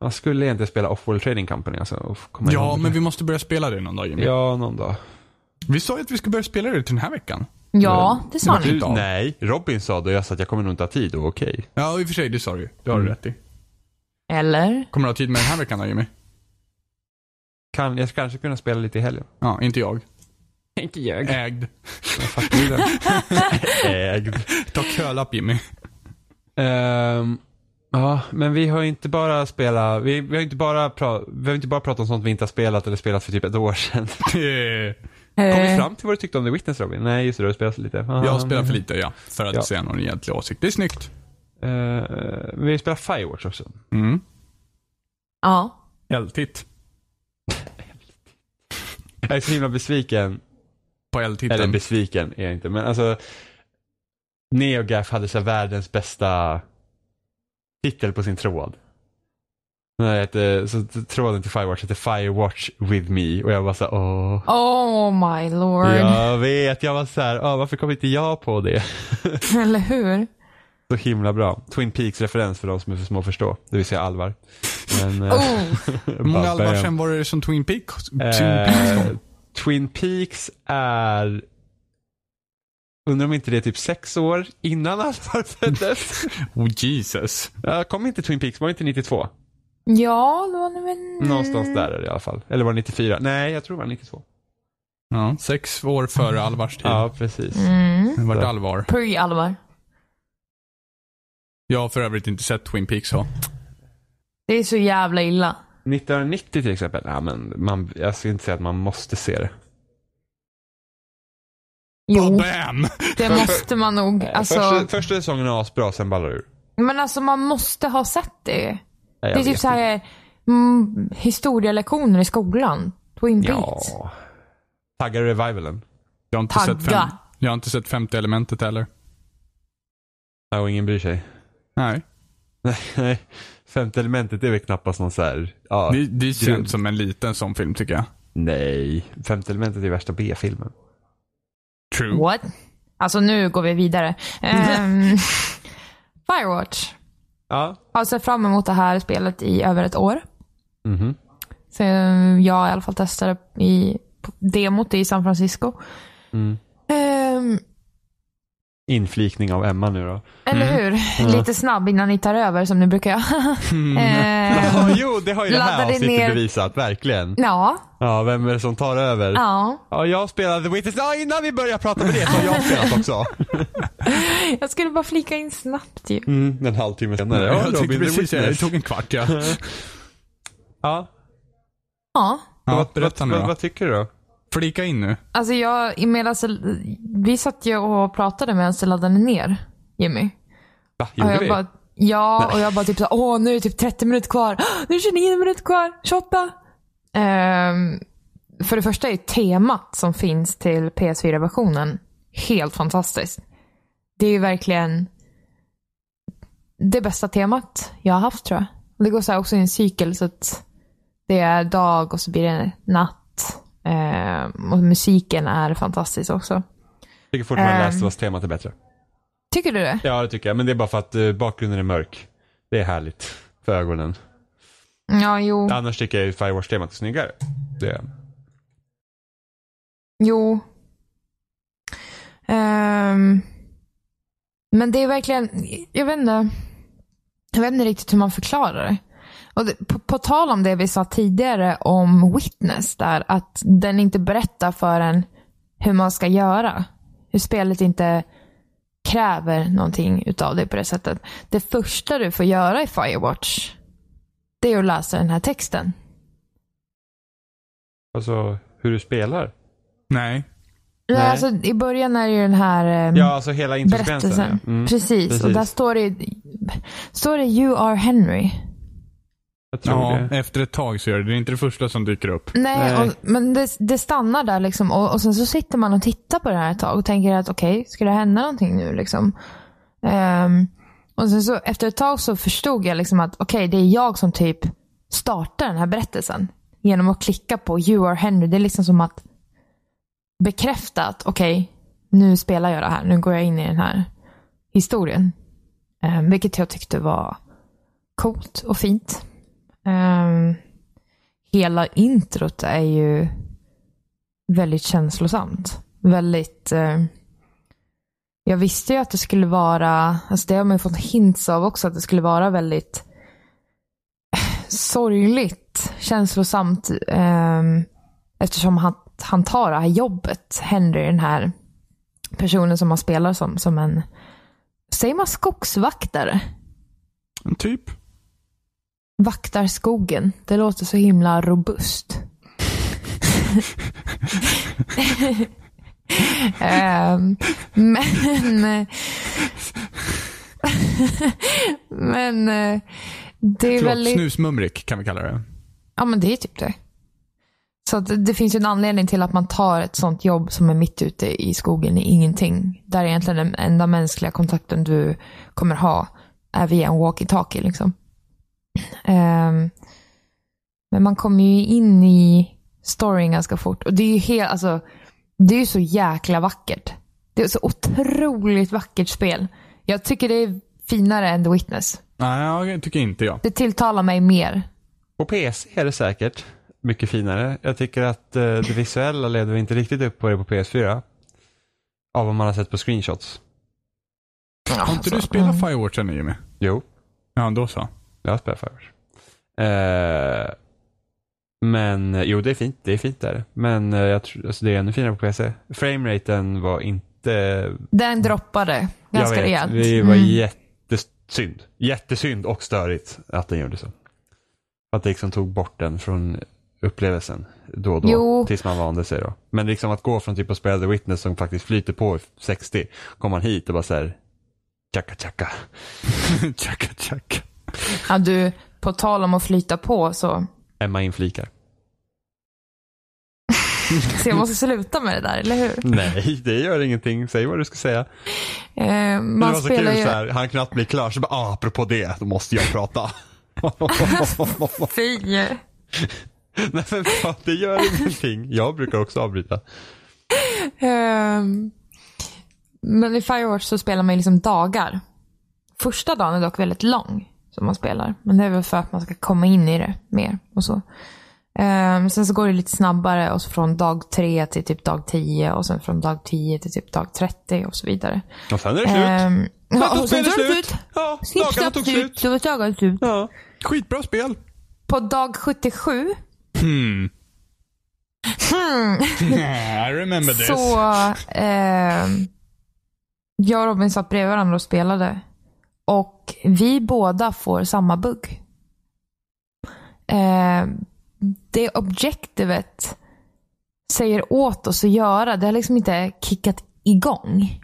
Man skulle egentligen spela Off-World Trading Company alltså. Och komma
Ja,
ihåg
men
det.
vi måste börja spela det någon dag Jimmy.
Ja, någon dag.
Vi sa ju att vi ska börja spela det till den här veckan.
Ja, det sa
Du-
ni.
Du,
dag.
nej, Robin sa det och jag sa att jag kommer nog inte ha tid och okej.
Ja, i och för sig, det sa du ju.
Mm.
Det har du rätt i.
Eller?
Kommer du ha tid med den här veckan då Jimmy?
Kan, jag ska kanske kunna spela lite i helgen.
Ja, inte jag.
Inte jag.
Ägd.
Ägd.
Ta kölapp Jimmy.
Ehm, ja, men vi har ju inte bara spelat, vi, vi har ju inte bara, pra, vi har ju inte bara pratat om sånt vi inte har spelat eller spelat för typ ett år sedan. Kom vi
Eh,
fram till vad du tyckte om The Witness Robin? Nej, just det, du har spelat lite. Aha.
jag spelar för lite ja, för att
Ja.
säga någon egentlig åsikt. Det är snyggt.
Eh, vi spelar Firewatch också.
Mm.
Ja.
Eltitt.
Jag är så himla besviken,
På
eller
eltitten.
besviken är jag inte, men alltså NeoGaf hade så här världens bästa titel på sin tråd. Nej, heter, så tråden till Firewatch hette Firewatch with me och jag bara så här, åh.
Oh my lord.
Jag vet, jag var så här, "Ah, varför kom inte jag på det?
Eller hur?
Så himla bra. Twin Peaks-referens för de som är för små att förstå, det vill säga Alvar. Men, eh,
Oh.
Hur många
bara,
alvar
bam.
sen var det som Twin Peaks? Twin Peaks
Eh,
kom?
Twin Peaks är... Undrar om inte det är typ sex år innan Alvar föddes?
Oh Jesus.
Ja, Kom inte Twin Peaks, var det inte 92?
Ja, då var det väl...
Någonstans där är det i alla fall. Eller var det 94? Nej, jag tror det var
Typ.
92.
Ja, sex år före Alvars tid.
Ja, precis.
Mm.
Det vart allvar.
Pre-Alvar.
Jag har för övrigt inte sett Twin Peaks
Oh.
så.
Det är så jävla illa.
1990 till exempel. Ja, men man, jag ska inte säga att man måste se det.
Jo,
Bam!
det måste man nog. Alltså,
Första, första säsongen är asbra, sen ballar det ur.
men alltså man måste ha sett det.
Nej, jag
Det är typ
vet
så här, mm, historielektioner i skolan. Twin
inte.
Peaks.
Ja. Taggar revivalen.
Jag har inte
Tagga.
sett fem, Jag har inte sett femte elementet heller.
Nej, och ingen bryr sig.
Nej.
Nej, femte elementet är väl knappast någon så här... Ja,
Det, det
grund-
känns som en liten sån film tycker jag.
Nej, femte elementet är värsta B-filmen.
True.
What? Alltså nu går vi vidare. Ehm, Firewatch.
Ja.
Jag har sett fram emot det här spelet i över ett år.
Mhm.
Så eh, jag i alla fall testade i på demot i San Francisco.
Mm.
Ehm,
Inflikning av Emma nu då.
eller hur? Lite snabb innan ni tar över som ni brukar göra. Ehm,
Ja, jo, det har ju det här
Laddade
avsnittet
ner-
bevisat, verkligen.
ja,
Ja, vem är det som tar över? Ja,
ja.
jag spelade The Witness. Ja, innan vi börjar prata med det så har jag spelat också.
Jag skulle bara flika in snabbt ju.
Mm, en halvtimme senare. Ja,
jag
Robin,
tyckte
The
precis det. Det
Witness.
tog en kvart ja.
Ja,
Ja.
ja
vad,
berätta
vad,
nu
vad,
då.
vad tycker du då?
Flika in nu.
Alltså jag, medan, vi satt ju och pratade medan det laddade ner Jimmy.
Va,
Och
gjorde
jag
vi?
bara, ja, och jag bara typ så här, åh nu är det typ 30 minuter kvar. Nu är det 29 minuter kvar. 28. Ehm, för det första är ju temat som finns till PS4-versionen helt fantastiskt. Det är ju verkligen det bästa temat jag har haft tror jag. Det går så här också i en cykel så att det är dag och så blir det natt. Ehm, och musiken är fantastisk också.
Jag tycker fortfarande
Ehm.
Last of Us-temat är bättre.
Tycker du det?
Ja, det tycker jag. Men det är bara för att eh, bakgrunden är mörk. Det är härligt för ögonen.
Ja, jo.
Annars tycker jag ju Firewatch-temat är snyggare. Det.
Jo. Ehm, men det är verkligen, jag vet inte, jag vet inte riktigt hur man förklarar det. Och det på, på tal om det vi sa tidigare om Witness där, att den inte berättar för en hur man ska göra. Hur spelet inte kräver någonting utav dig på det sättet. Det första du får göra i Firewatch, det är att läsa den här texten.
Alltså hur du spelar.
Nej.
Nej.
Nej.
Alltså, I början är det ju den här... ehm,
Ja, alltså hela introsekvensen.
berättelsen.
Ja. Mm.
Precis.
precis.
och där står det, står det You are Henry.
Jag tror
Ja,
det.
efter ett tag så gör det. Det är inte det första som dyker upp.
Nej,
Nej.
Och, men det, det stannar där liksom. Och, och sen så sitter man och tittar på det här ett tag och tänker att okej, ska det hända någonting nu liksom? Ehm, och sen så efter ett tag så förstod jag liksom att okej, det är jag som typ startar den här berättelsen. Genom att klicka på You are Henry. Det är liksom som att bekräfta att okej, nu spelar jag det här. Nu går jag in i den här historien. Ehm, vilket jag tyckte var coolt och fint. Ehm, hela introt är ju väldigt känslosamt. Väldigt... eh, jag visste ju att det skulle vara, alltså det har man ju fått hints av också, att det skulle vara väldigt eh, sorgligt, känslosamt. ehm, eftersom han, han tar det här jobbet, Henry, den här personen som han spelar som, som en, säger man skogsvaktare?
En typ.
Vaktar skogen. Det låter så himla robust. Ehm, men... eh, men eh, det är
Förlåt,
väldigt...
snusmumrik kan vi kalla det.
Ja, men det är typ det. Så att det, det finns ju en anledning till att man tar ett sånt jobb som är mitt ute i skogen i ingenting. Där egentligen den enda mänskliga kontakten du kommer ha är via en walkie-talkie. Liksom. Ehm, men man kommer ju in i storyn ganska fort. Och det är ju helt, alltså, det är ju så jäkla vackert. Det är så otroligt vackert spel. Jag tycker det är finare än The Witness.
Nej, jag tycker inte jag.
Det tilltalar mig mer
På PC är det säkert mycket finare. Jag tycker att eh, det visuella leder inte riktigt upp på det på PS4. Av vad man har sett på screenshots.
Har inte
Alltså.
du spelat Firewatch ännu Jimmy?
Jo,
Ja, då så.
jag har spelat Firewatch. Eh, men eh, jo, det är fint. Det är fint där. Men eh, jag tror, alltså, det är ännu finare på PC. Frameraten var inte
Den droppade ganska
jag vet,
rejält.
Det var
Mm.
jättesynd. Jättesynd och störigt att den gjorde så. Att det liksom tog bort den från upplevelsen då och då.
Jo.
Tills man vande sig då. Men liksom att gå från typ att spela The Witness som faktiskt flyter på i 60. Kommer man hit och bara så här. Tjacka tjacka.
tjacka, tjacka.
ja, du, på tal om att flyta på så.
Emma inflikar.
Så jag måste sluta med det där, eller hur?
Nej, det gör ingenting. Säg vad du ska säga.
Eh,
Det
man
var så
spelar
kul
ju...
så här. Han knappt blir klar så bara, ah, apropå det, då måste jag prata.
Fy.
Nej men fan, det gör ingenting. Jag brukar också avbryta.
Ehm, men i Firewatch så spelar man ju liksom dagar. Första dagen är dock väldigt lång som man spelar. Men det är väl för att man ska komma in i det mer och så. Ehm, sen så går det lite snabbare och så från dag tre till typ dag 10 och sen från dag 10 till typ dag 30 och så vidare.
Och sen är det slut.
Ehm, ja, och sen
Datorn
tar det
tog
slut.
Ja,
Snipsnapp,
dagarna tog slut.
Då var dagarna slut.
Ja.
Skitbra spel.
På dag 77
Hmm.
Hmm.
I remember this.
så... Eh, jag och Robin satt bredvid varandra och spelade. Och vi båda får samma bugg. Eh, det objektivet säger åt oss att göra, det har liksom inte kickat igång.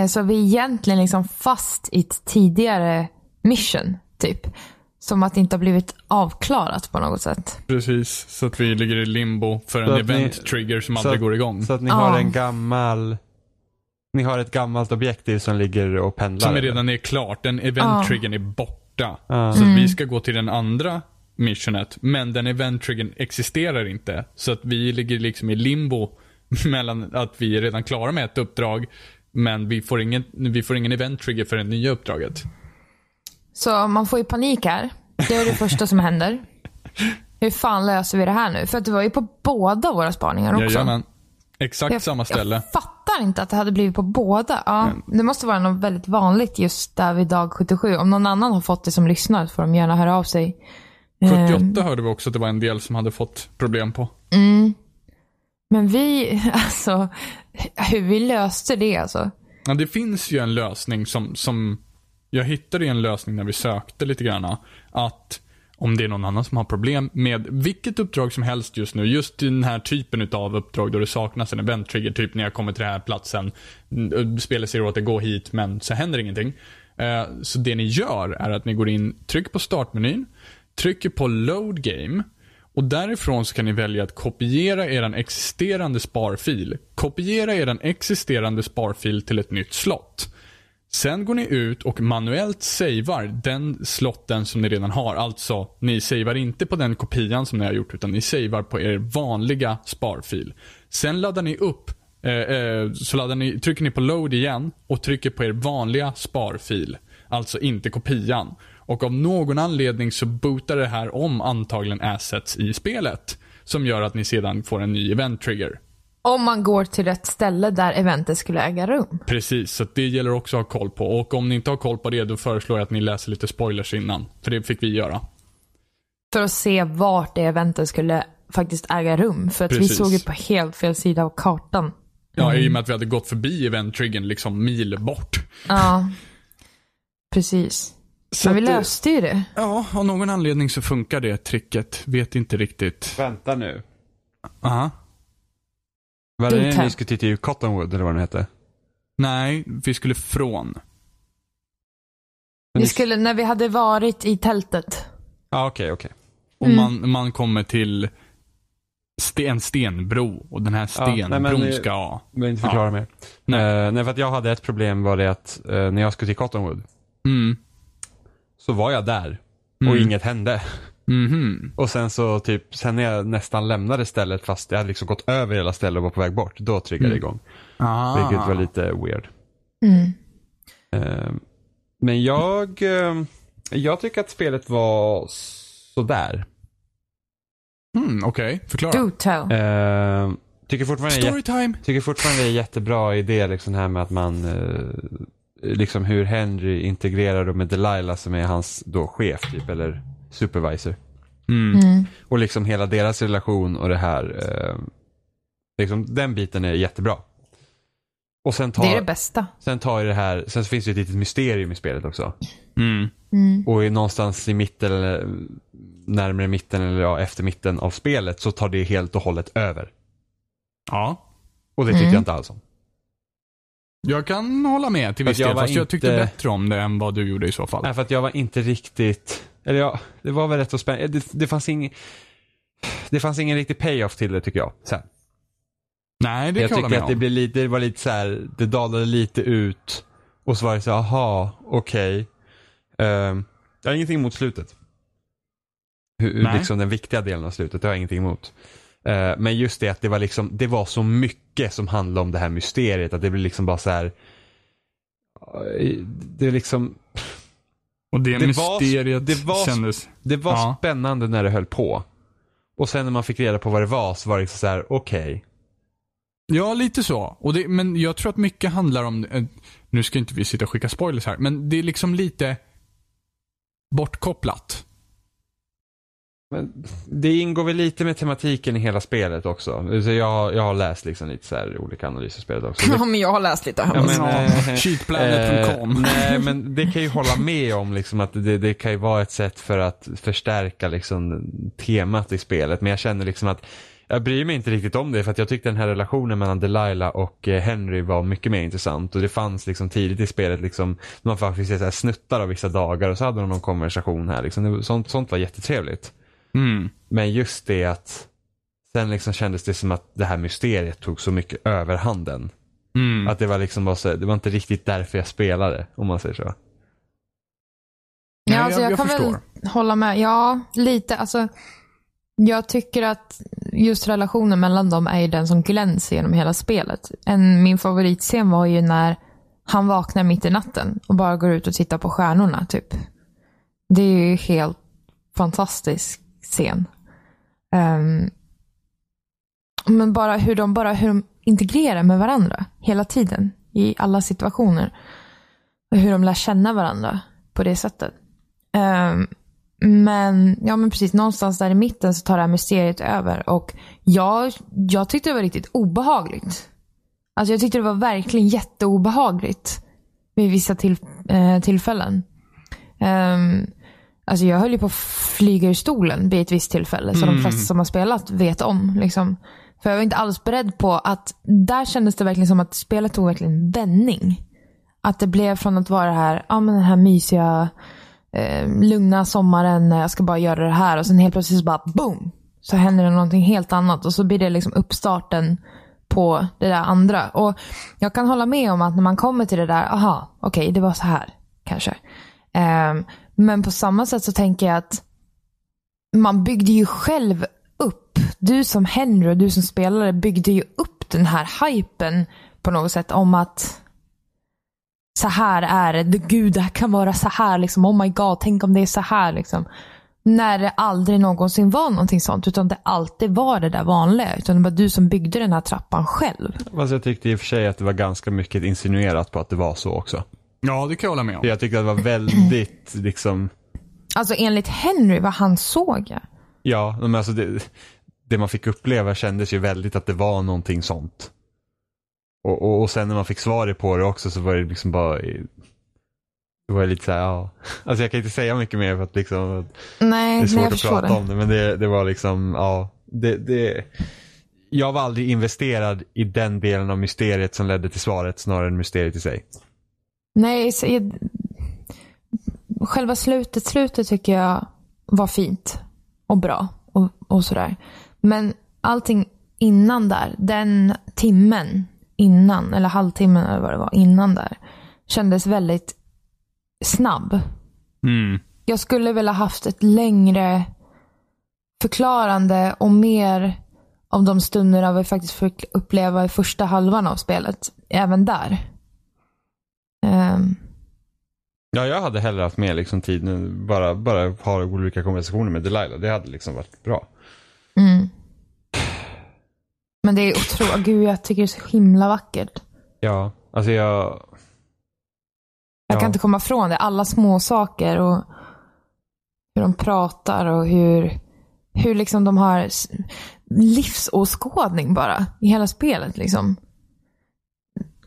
Eh, Så vi är egentligen liksom fast i ett tidigare mission, typ. Som att det inte har blivit avklarat på något sätt.
Precis, så att vi ligger i limbo för
Så
en
att
event
ni-
trigger som
så
aldrig
att-
går igång.
Så att ni
Ja.
har en gammal... Ni har ett gammalt objektiv som ligger och pendlar.
som är
eller?
redan är klart. Den event triggern är borta.
Ja.
Så att vi ska gå till den andra missionet, men den event triggern existerar inte. Så att vi ligger liksom i limbo mellan att vi är redan klara med ett uppdrag, men vi får ingen, vi får ingen event trigger för det nya uppdraget.
Så man får ju panik här. Det är det första som händer. Hur fan löser vi det här nu? För att det var ju på båda våra spaningar också.
Jajamän. Exakt
Jag-
samma ställe.
Jag fattar inte att det hade blivit på båda. Ja, det måste vara något väldigt vanligt just där vid dag 77. Om någon annan har fått det som lyssnar får de gärna höra av sig.
78 hörde vi också att det var en del som hade fått problem på.
Men vi, alltså, hur vi löste det alltså.
Ja, det finns ju en lösning som, som jag hittade en lösning när vi sökte lite grann. Att om det är någon annan som har problem med vilket uppdrag som helst just nu, just den här typen av uppdrag då det saknas en event trigger, typ när jag kommer till den här platsen, mm, spelet säger åt att gå hit men så händer ingenting. Eh, Så det ni gör är att ni går in, trycker på startmenyn, trycker på load game och därifrån så kan ni välja att kopiera er existerande sparfil. Kopiera er existerande sparfil till ett nytt slott. Sen går ni ut och manuellt savear den slotten som ni redan har. Alltså, ni savear inte på den kopian som ni har gjort utan ni savear på er vanliga sparfil. Sen laddar ni upp, eh, eh, så laddar ni, trycker ni på load igen och trycker på er vanliga sparfil. Alltså inte kopian. Och av någon anledning så bootar det här om antagligen assets i spelet. Som gör att ni sedan får en ny event trigger.
Om man går till rätt ställe där eventet skulle äga rum.
Precis, så att det gäller också att ha koll på. Och om ni inte har koll på det, då föreslår jag att ni läser lite spoilers innan. För det fick vi göra.
För att se vart det eventet skulle faktiskt äga rum. För att vi
Precis.
såg ju på helt fel sida av kartan.
Ja, i och med att vi hade gått förbi event-triggern liksom mil bort.
Ja, precis.
Så
Men vi
att det-
löste ju det.
Ja, av någon anledning så funkar det tricket. Vet inte riktigt.
Vänta nu.
Aha.
Vad är
Din
det
tur.
ni skulle titta i Cottonwood eller vad den hette?
Nej, vi skulle från.
Vi skulle, när vi hade varit i tältet.
Ja, okej, okej.
Och man, man kommer till sten, en stenbro. Och den här
Ja, nej,
stenbron
men det-
ska ha.
Men inte förklara
Ja.
mer.
Nej.
Nej. nej, för att jag hade ett problem var det att eh, när jag skulle till Cottonwood
Mm.
så var jag där och
Mm.
inget hände.
Mhm.
Och sen så typ, sen när jag nästan lämnade stället fast jag hade liksom gått över hela stället och var på väg bort, då triggade det igång.
Ah.
Vilket var lite weird.
Mm.
Eh, men jag, eh, jag tycker att spelet var sådär.
Mm, Okej, förklara.
Do tell.
Eh, tycker fortfarande det är
Storytime.
Tycker fortfarande det är en jättebra idé liksom det här med att man, eh, liksom hur Henry integrerar då med Delilah som är hans då chef typ eller supervisor.
Mm.
Mm.
Och liksom hela deras relation och det här, eh, liksom den biten är jättebra. Och sen
Det är det
tar,
bästa.
sen tar ju det här, sen så finns det ju ett litet mysterium i spelet också.
Mm.
Mm.
Och i någonstans i mitten, eller närmare mitten eller ja, efter mitten av spelet så tar det helt och hållet över.
Ja.
Och det tyckte
Mm.
jag inte alls om.
Jag kan hålla med till
Fast
viss
jag
del.
var
Fast jag tyckte
inte-
bättre om det än vad du gjorde i så fall.
Nej, för att jag var inte riktigt, eller ja, det var väl rätt så spännande. Det, det fanns ingen, det fanns ingen riktig payoff till det tycker jag. Sen.
Nej, det
Jag
kan jag
tycker
hålla
att det,
med om.
blev lite, det var lite så här, det dalade lite ut och så var det så, aha, okej. Ehm, jag har ingenting emot slutet. Hur, hur
Nej.
liksom den viktiga delen av slutet, det har jag ingenting emot. Eh, men just det att det var liksom, det var så mycket som handlade om det här mysteriet att det blev liksom bara så här. eh, Det är liksom,
Och det,
det var-
mysteriet
det var-
kändes...
Det var
Ja.
spännande när det höll på. Och sen när man fick reda på vad det var så var det liksom så här, okej.
Ja, lite så. Och det, men jag tror att mycket handlar om, eh, nu ska inte vi sitta och skicka spoilers här, men det är liksom lite bortkopplat.
Men det ingår väl lite med tematiken i hela spelet också. Så jag, jag har läst liksom lite så här olika analyser i spelet också. Det-
Ja, men jag har läst lite här.
Ja, men,
Ja,
eh,
Cheatplanet.com.
Eh, nej, men det kan jag ju hålla med om liksom att det, det kan ju vara ett sätt för att förstärka liksom temat i spelet. Men jag känner liksom att jag bryr mig inte riktigt om det för att jag tyckte den här relationen mellan Delilah och eh, Henry var mycket mer intressant och det fanns liksom tidigt i spelet liksom man faktiskt ser så här snuttar av vissa dagar och så hade de någon konversation här liksom. Det, var- sånt, sånt var jättetrevligt.
Mm.
Men just det att sen liksom kändes det som att det här mysteriet tog så mycket överhanden.
Mm.
Att det var liksom bara så, det var inte riktigt därför jag spelade, om man säger så.
Nej,
Ja, alltså jag,
jag
kan
förstår.
väl hålla med. Ja, lite. Alltså, jag tycker att just relationen mellan dem är ju den som glänser genom hela spelet. En, min favoritscen var ju när han vaknar mitt i natten och bara går ut och tittar på stjärnorna. typ. Det är ju helt fantastisk scen. Ehm, men bara hur de bara hur de integrerar med varandra hela tiden i alla situationer. Och hur de lär känna varandra på det sättet. Ehm, men, ja, men precis, någonstans där i mitten så tar det här mysteriet över. Och jag, jag tyckte det var riktigt obehagligt. Alltså jag tyckte det var verkligen jätteobehagligt vid vissa till, eh, tillfällen. Ehm, alltså jag höll ju på att flyga ur stolen vid ett visst tillfälle, som de flesta som har spelat vet om. Liksom. För jag var inte alls beredd på att, där kändes det verkligen som att spelet tog verkligen en vändning. Att det blev från att vara det här, ja, men den här mysiga, eh, lugna sommaren, eh, jag ska bara göra det här. Och sen helt plötsligt så bara boom! Så händer det någonting helt annat. Och så blir det liksom uppstarten på det där andra. Och jag kan hålla med om att när man kommer till det där, aha, okej, det var så här kanske. Ehm, men på samma sätt så tänker jag att man byggde ju själv upp, du som Henry och du som spelare byggde ju upp den här hypen på något sätt om att så här är det. Gud, det här kan vara så här. Liksom. Oh my god, tänk om det är så här. Liksom. När det aldrig någonsin var någonting sånt. Utan det alltid var det där vanliga. Utan det var du som byggde den här trappan själv.
Fast jag tyckte i och för sig att det var ganska mycket insinuerat på att det var så också.
Ja, det kan jag hålla med om.
Jag tyckte att det var väldigt liksom,
Alltså enligt Henry, vad han såg. ja.
ja, men alltså det, det man fick uppleva kändes ju väldigt att det var någonting sånt. Och, och, och sen när man fick svaret på det också så var det liksom bara, det var lite såhär, ja. Alltså jag kan inte säga mycket mer för att liksom, att
Nej,
Det är
nej,
svårt
jag
att
förstår
prata
det.
om det, men det, det var liksom, ja. Det, det, jag var aldrig investerad i den delen av mysteriet som ledde till svaret snarare än mysteriet i sig.
Nej, så- jag- själva slutet, slutet tycker jag var fint och bra och, och sådär. Men allting innan där, den timmen innan, eller halvtimmen eller vad det var, innan där, kändes väldigt snabb.
Mm.
Jag skulle vilja haft ett längre förklarande och mer av de stunderna vi faktiskt fick uppleva i första halvan av spelet. Även där. Ehm,
Ja, jag hade hellre haft med liksom tid nu, bara, bara ha olika konversationer med Delilah. Det hade liksom varit bra.
Mm. Men det är otroligt. Gud, jag tycker det är så himla vackert.
Ja, alltså jag...
Jag
Ja.
kan inte komma ifrån det. Alla små saker och hur de pratar och hur, hur liksom de har s- livsåskådning bara i hela spelet. Liksom.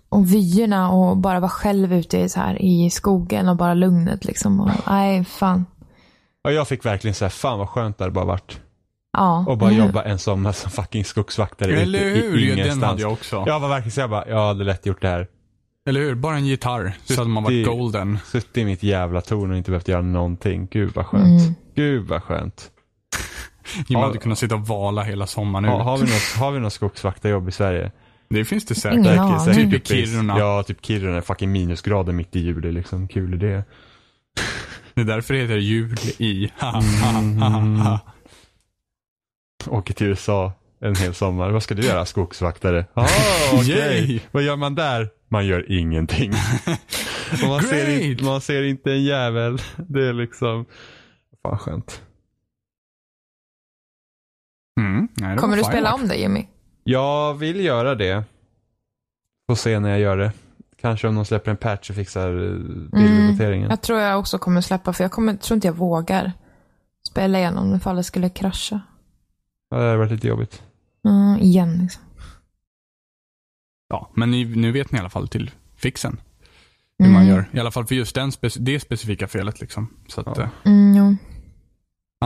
Och vyerna och bara vara själv ute i, så här, i skogen och bara lugnet. Liksom. Och, nej, fan.
Ja, jag fick verkligen säga fan vad skönt det hade bara varit.
Ja. Mm.
Och bara jobba ensam som fucking skogsvaktare
Eller
ute i
hur? ju, Den
ingenstans.
hade jag också.
Jag var verkligen så jag bara, jag hade lätt gjort det här.
Eller hur? Bara en gitarr så hade man varit
Det-
golden.
Suttit i mitt jävla torn och inte behövt göra någonting. Gud vad skönt.
Mm.
Gud vad skönt.
Man
Ja.
hade kunnat sitta och vala hela sommaren
Ha,
ut.
har vi något, har vi något skogsvaktarjobb i Sverige?
Det finns det säkert.
Ingen
Säkert-
aning.
säkert
Typ i
uppe i-
Kiruna.
Ja, typ Kiruna. Fucking minusgrader mitt i juli liksom. Kul idé.
Det är därför det heter jul i. Mm. Ha,
Mm.
ha, ha, ha, ha.
Åker till USA en hel sommar. Vad ska du göra? Skogsvaktare. Ah, okej.
Yay.
Vad gör man där? Man gör ingenting. Och man, ser
Great.
inte, man ser inte en jävel. Det är liksom, fan skönt.
Mm. Nej, det var
Kommer du
fine
spela
work.
om det Jimmy?
Jag vill göra det. Får se när jag gör det. Kanske om de släpper en patch och fixar eh, bildnoteringen.
Jag tror jag också kommer släppa, för jag kommer, tror inte jag vågar spela igenom ifall det skulle krascha.
Ja, det hade varit lite jobbigt.
Mm, igen liksom.
Ja, men ni, nu vet ni i alla fall till fixen. Hur
Mm,
man gör. I alla fall för just den spec- det specifika felet. Liksom. Så att,
Ja.
eh,
Mm, jo.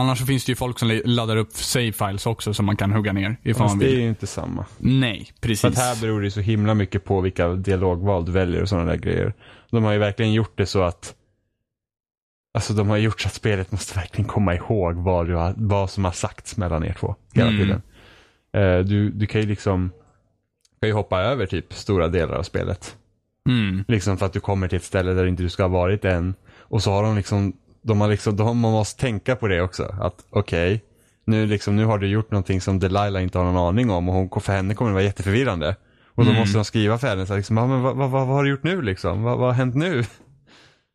annars så finns det ju folk som li- laddar upp save files också som man kan hugga ner ifall
Fast
man
det är
vill.
ju inte samma.
Nej,
För att
precis.
här beror det ju så himla mycket på vilka dialogval du väljer och sådana där grejer. De har ju verkligen gjort det så att Alltså de har gjort så att spelet måste verkligen komma ihåg vad, du har, vad som har sagts mellan er två hela
Mm.
tiden. Eh, du, du kan ju liksom kan ju hoppa över typ stora delar av spelet.
Mm.
Liksom för att du kommer till ett ställe där inte du ska ha varit än. Och så har de liksom, de har liksom, de har, man måste tänka på det också. Att okej, nu, liksom, nu har du gjort någonting som Delilah inte har någon aning om och hon, för henne kommer det vara jätteförvirrande. Och då måste de skriva för henne, så här, liksom, ja, men vad, vad, vad har du gjort nu liksom? Vad, vad har hänt nu?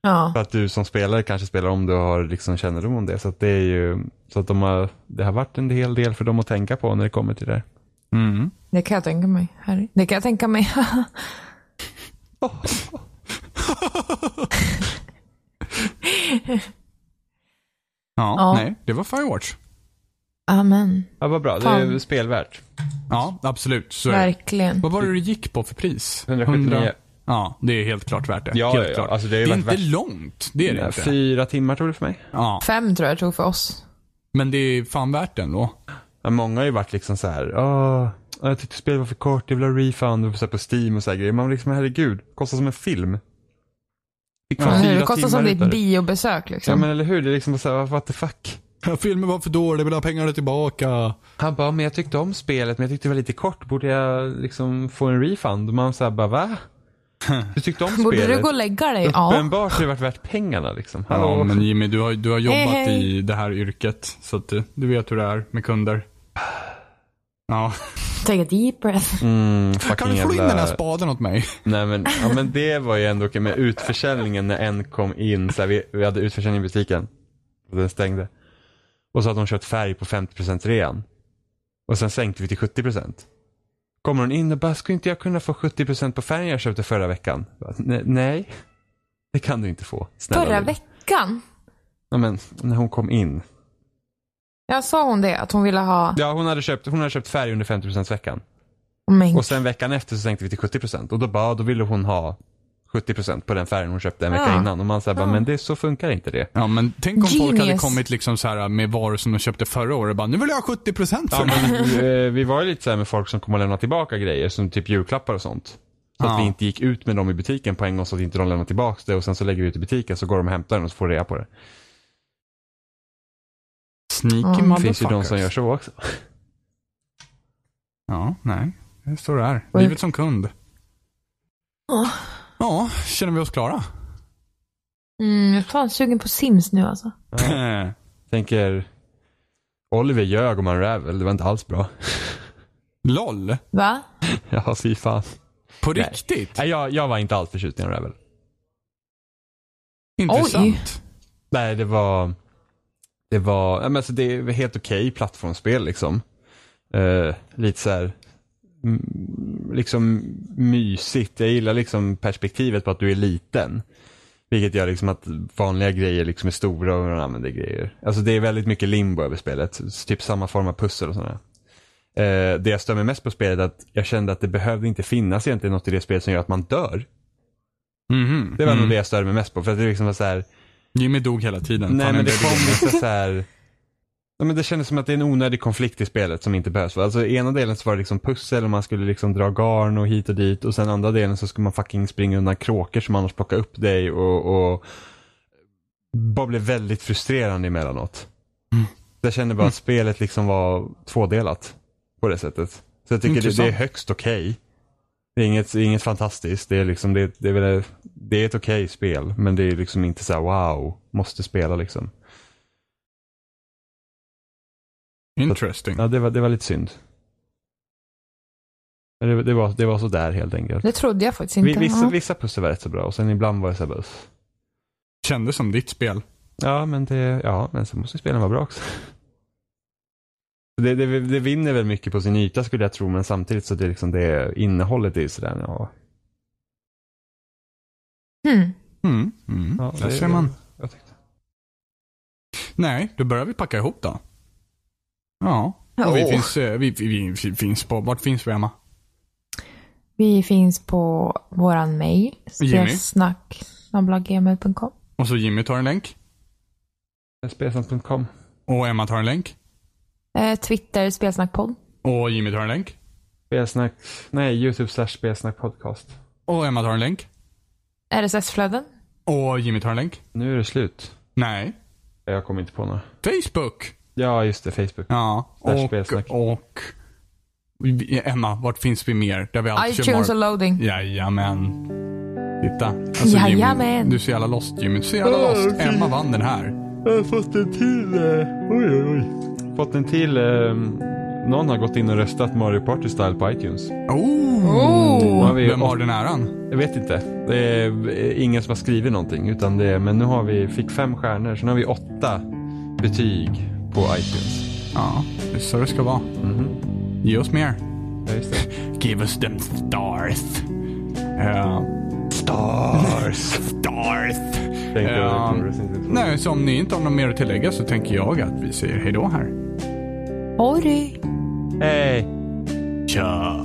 Ja.
För att du som spelare kanske spelar om du har liksom kännedom om det. Så att det är ju, så att de har, det har varit en hel del för dem att tänka på när det kommer till det där.
Mm.
Det kan jag tänka mig. Harry. Det kan jag tänka mig.
Ja,
Ja.
nej, det var Firewatch.
Amen.
Ja, vad bra. Det är ju
Fan.
spelvärt.
Ja, absolut. Så är det.
Verkligen.
Vad var det du gick på för pris?
179.
Ja, det är helt klart värt det.
Ja,
helt
ja, ja.
klart.
Alltså, det
det
har ju
är
varit
inte
värt-
långt, det är det inte.
Fyra timmar tog det för mig.
Ja,
Fem tror jag tog för oss.
men det är fan värt det ändå.
Ja, många har ju varit liksom så här, åh, jag tyckte spelet var för kort, jag vill ha refund och så här på Steam och så här grejer. Man liksom, herregud, kostar som en film. Fick fan
Eller hur?
fyra
Det kostar
timmar
som
utav
ditt
det.
biobesök
Ja
liksom.
men eller hur, det är liksom bara så här, what the fuck.
Filmen var för dålig, vill ha pengarna tillbaka.
Han bara, men jag tyckte om spelet men jag tyckte det var lite kort, borde jag liksom få en refund? Och man så här bara, va? Du tyckte om spelet?
Borde du gå och lägga dig? Ja.
Uppenbart har det varit värt pengarna liksom. Hallå.
Ja, men Jimmy, du har, du har jobbat
Hej, hej.
i det här yrket. Så att du, du vet hur det är med kunder. Ja.
Take a deep breath.
Mm, fucking
Kan du få in
jävla-
den här spaden åt mig?
Nej men, ja, men det var ju ändå okej med utförsäljningen när en kom in. Så här, vi, vi hade utförsäljning i butiken. Och den stängde. Och så hade de köpt färg på 50% rean. Och sen sänkte vi till 70%. Kommer hon in och bara, skulle inte jag kunna få 70% på färgen jag köpte förra veckan? Jag bara, "Ne- Nej, det kan du inte få. Snälla
Förra
du."
veckan?
Ja men, när hon kom in.
Jag sa hon det? Att hon ville ha...
Ja hon hade köpt, hon hade köpt färg under 50% veckan.
Men
Och sen veckan efter så sänkte vi till 70% och då bara, då ville hon ha 70% på den färgen hon köpte en vecka
Ja.
innan. Och man säger bara,
Ja.
men det, så funkar inte det.
Ja, men tänk om folk hade
Genius.
kommit liksom så här med varor som de köpte förra året och bara, nu vill jag ha 70% för
Ja,
det.
men, eh, vi var ju lite så här med folk som kommer att lämna tillbaka grejer, som typ julklappar och sånt. Så
Ja.
att vi inte gick ut med dem i butiken på en gång så att inte de lämnar tillbaka det och sen så lägger vi ut i butiken så går de och hämtar den och så får rea på det.
Sneaky
Mm.
Det finns ju de
motherfuckers.
som gör så också.
Ja, nej. Det står det här.
Oj.
Livet som kund.
Ja.
Ja, känner vi oss klara?
Mm, jag är fan sugen på Sims nu alltså.
Ja. Tänker, Oliver ljög om Unravel, det var inte alls bra.
LOL?
Va?
Ja, fy fan.
På
Nej.
riktigt?
Nej, jag, jag var inte alls förtjust i Unravel.
Intressant.
Nej, det var, det var, ja, men alltså det är helt okej plattformsspel liksom. Eh, lite så här, mm, liksom mysigt. Jag gillar liksom perspektivet på att du är liten. Vilket gör liksom att vanliga grejer liksom är stora och man använder grejer. Alltså det är väldigt mycket limbo över spelet. Så Typ samma form av pussel och sådär. Eh, det jag stör mig mest på spelet är att jag kände att det behövde inte finnas egentligen något i det spelet som gör att man dör.
Mhm.
Det var nog
Mm.
det jag störde mig mest på. För att det liksom var så här,
Jimmy dog hela tiden.
Nej
Fan,
men
en
det
baby.
kom lite så här. Ja, men det kändes som att det är en onödig konflikt i spelet som inte behövs. Alltså i ena delen så var det liksom pussel och man skulle liksom dra garn och hit och dit och sen andra delen så skulle man fucking springa undan kråkor som annars plockar upp dig och, och bara blev väldigt frustrerande emellanåt.
Mm.
Jag kände bara att spelet liksom var tvådelat på det sättet. Så jag tycker det, det är
Intressant.
högst okej. Det är inget, inget fantastiskt. Det är, liksom, det, det är, väl, det är ett okej spel, men det är liksom inte så här wow, måste spela liksom.
Interesting.
Ja, det var, det var lite synd. Men Det, det, var, det var sådär helt enkelt.
Det trodde jag faktiskt
Vi,
inte.
vissa,
Ja.
vissa pussel var rätt så bra och sen ibland var det så här bara, uff.
Kändes som ditt spel.
Ja, men det, ja, men så måste spelen vara bra också. Det, det, det vinner väl mycket på sin yta skulle jag tro, men samtidigt så det är liksom det innehållet är ju sådär, ja.
Mm.
Mm. Mm.
ja
Där
det-
ser man.
Jag tyckte.
Nej, då börjar vi packa ihop då. Ja. Och vi
Åh.
finns, eh, vi, vi, vi finns på, vart finns vi Emma?
Vi finns på våran mail.
Jimmy?
Spelsnack.gmail.com.
Och så Jimmy tar en länk.
Spelsnack.com.
Och Emma tar en länk.
Eh, Twitter, spelsnackpodd.
Och Jimmy tar en länk.
Spelsnack, nej, YouTube slash spelsnack podcast.
Och Emma tar en länk.
RSS-flöden.
Och Jimmy tar en länk.
Nu är det slut.
Nej.
Jag kommer inte på några.
Facebook.
Ja, just det, Facebook.
Ja.
Slash
Och,
spelsnack.
och... vi- Emma, vart finns vi mer? Där vi alltid kör
iTunes och
Marvel.
loading.
Jajamän. Titta. Alltså, Jimmy,
Jajamän.
du är så jävla lost Jimmy. Du är så jävla lost. Emma vann den här.
Jag har fått en till, eh, oj oj oj. Fått en till, eh, någon har gått in och röstat Mario Party Style på iTunes.
Oh.
Oh.
har vi-
Vem har den äran?
Jag vet inte. Det är eh, ingen som har skrivit någonting. Utan det är, men nu har vi, fick fem stjärnor, så nu har vi åtta betyg på iTunes. Mhm.
Ja, det är så det ska vara. Ge oss mer.
Ja, just det.
Give us them stars. Ja. Stars. stars.
Tänkte jag,
Ja.
det kommer det inte.
Nej, så om ni inte har något mer att tillägga så tänker jag att vi säger hejdå här. Mm.
Oj.
Hej!
Tja.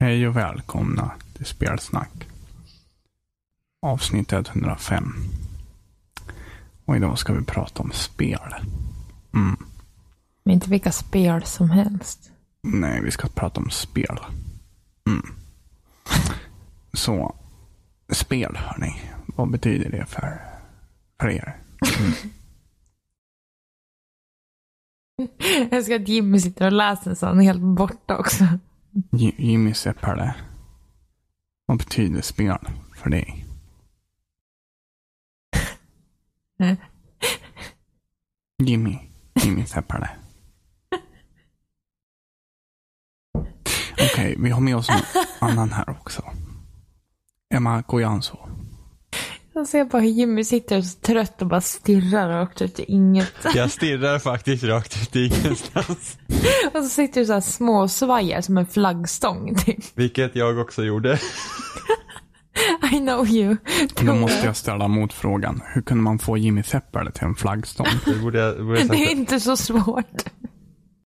Hej och välkomna till Spelsnack. Avsnitt 105. Och idag ska vi prata om spel. Mm.
Men inte vilka spel som helst.
Nej, vi ska prata om spel. Mm. Så, spel hörni. Vad betyder det för, för er?
Jag älskar att Jimmy sitter och läser en sån helt borta också.
Ji- Jimmy Seppälä. Vad betyder spel för dig? Jimmy. Jimmy Seppälä. Okej, vi har med oss en annan här också. Emma Koyanso.
Jag ser bara hur Jimmy sitter och är så trött och bara stirrar rakt ut i inget.
Jag stirrar faktiskt rakt ut i ingenstans.
Och så sitter du så här små och svajar som en flaggstång typ.
Vilket jag också gjorde.
I know you.
Då måste jag ställa motfrågan. Hur kunde man få Jimmy Seppälä till en flaggstång?
Det borde jag, det borde jag
Det är
sagt.
inte så svårt.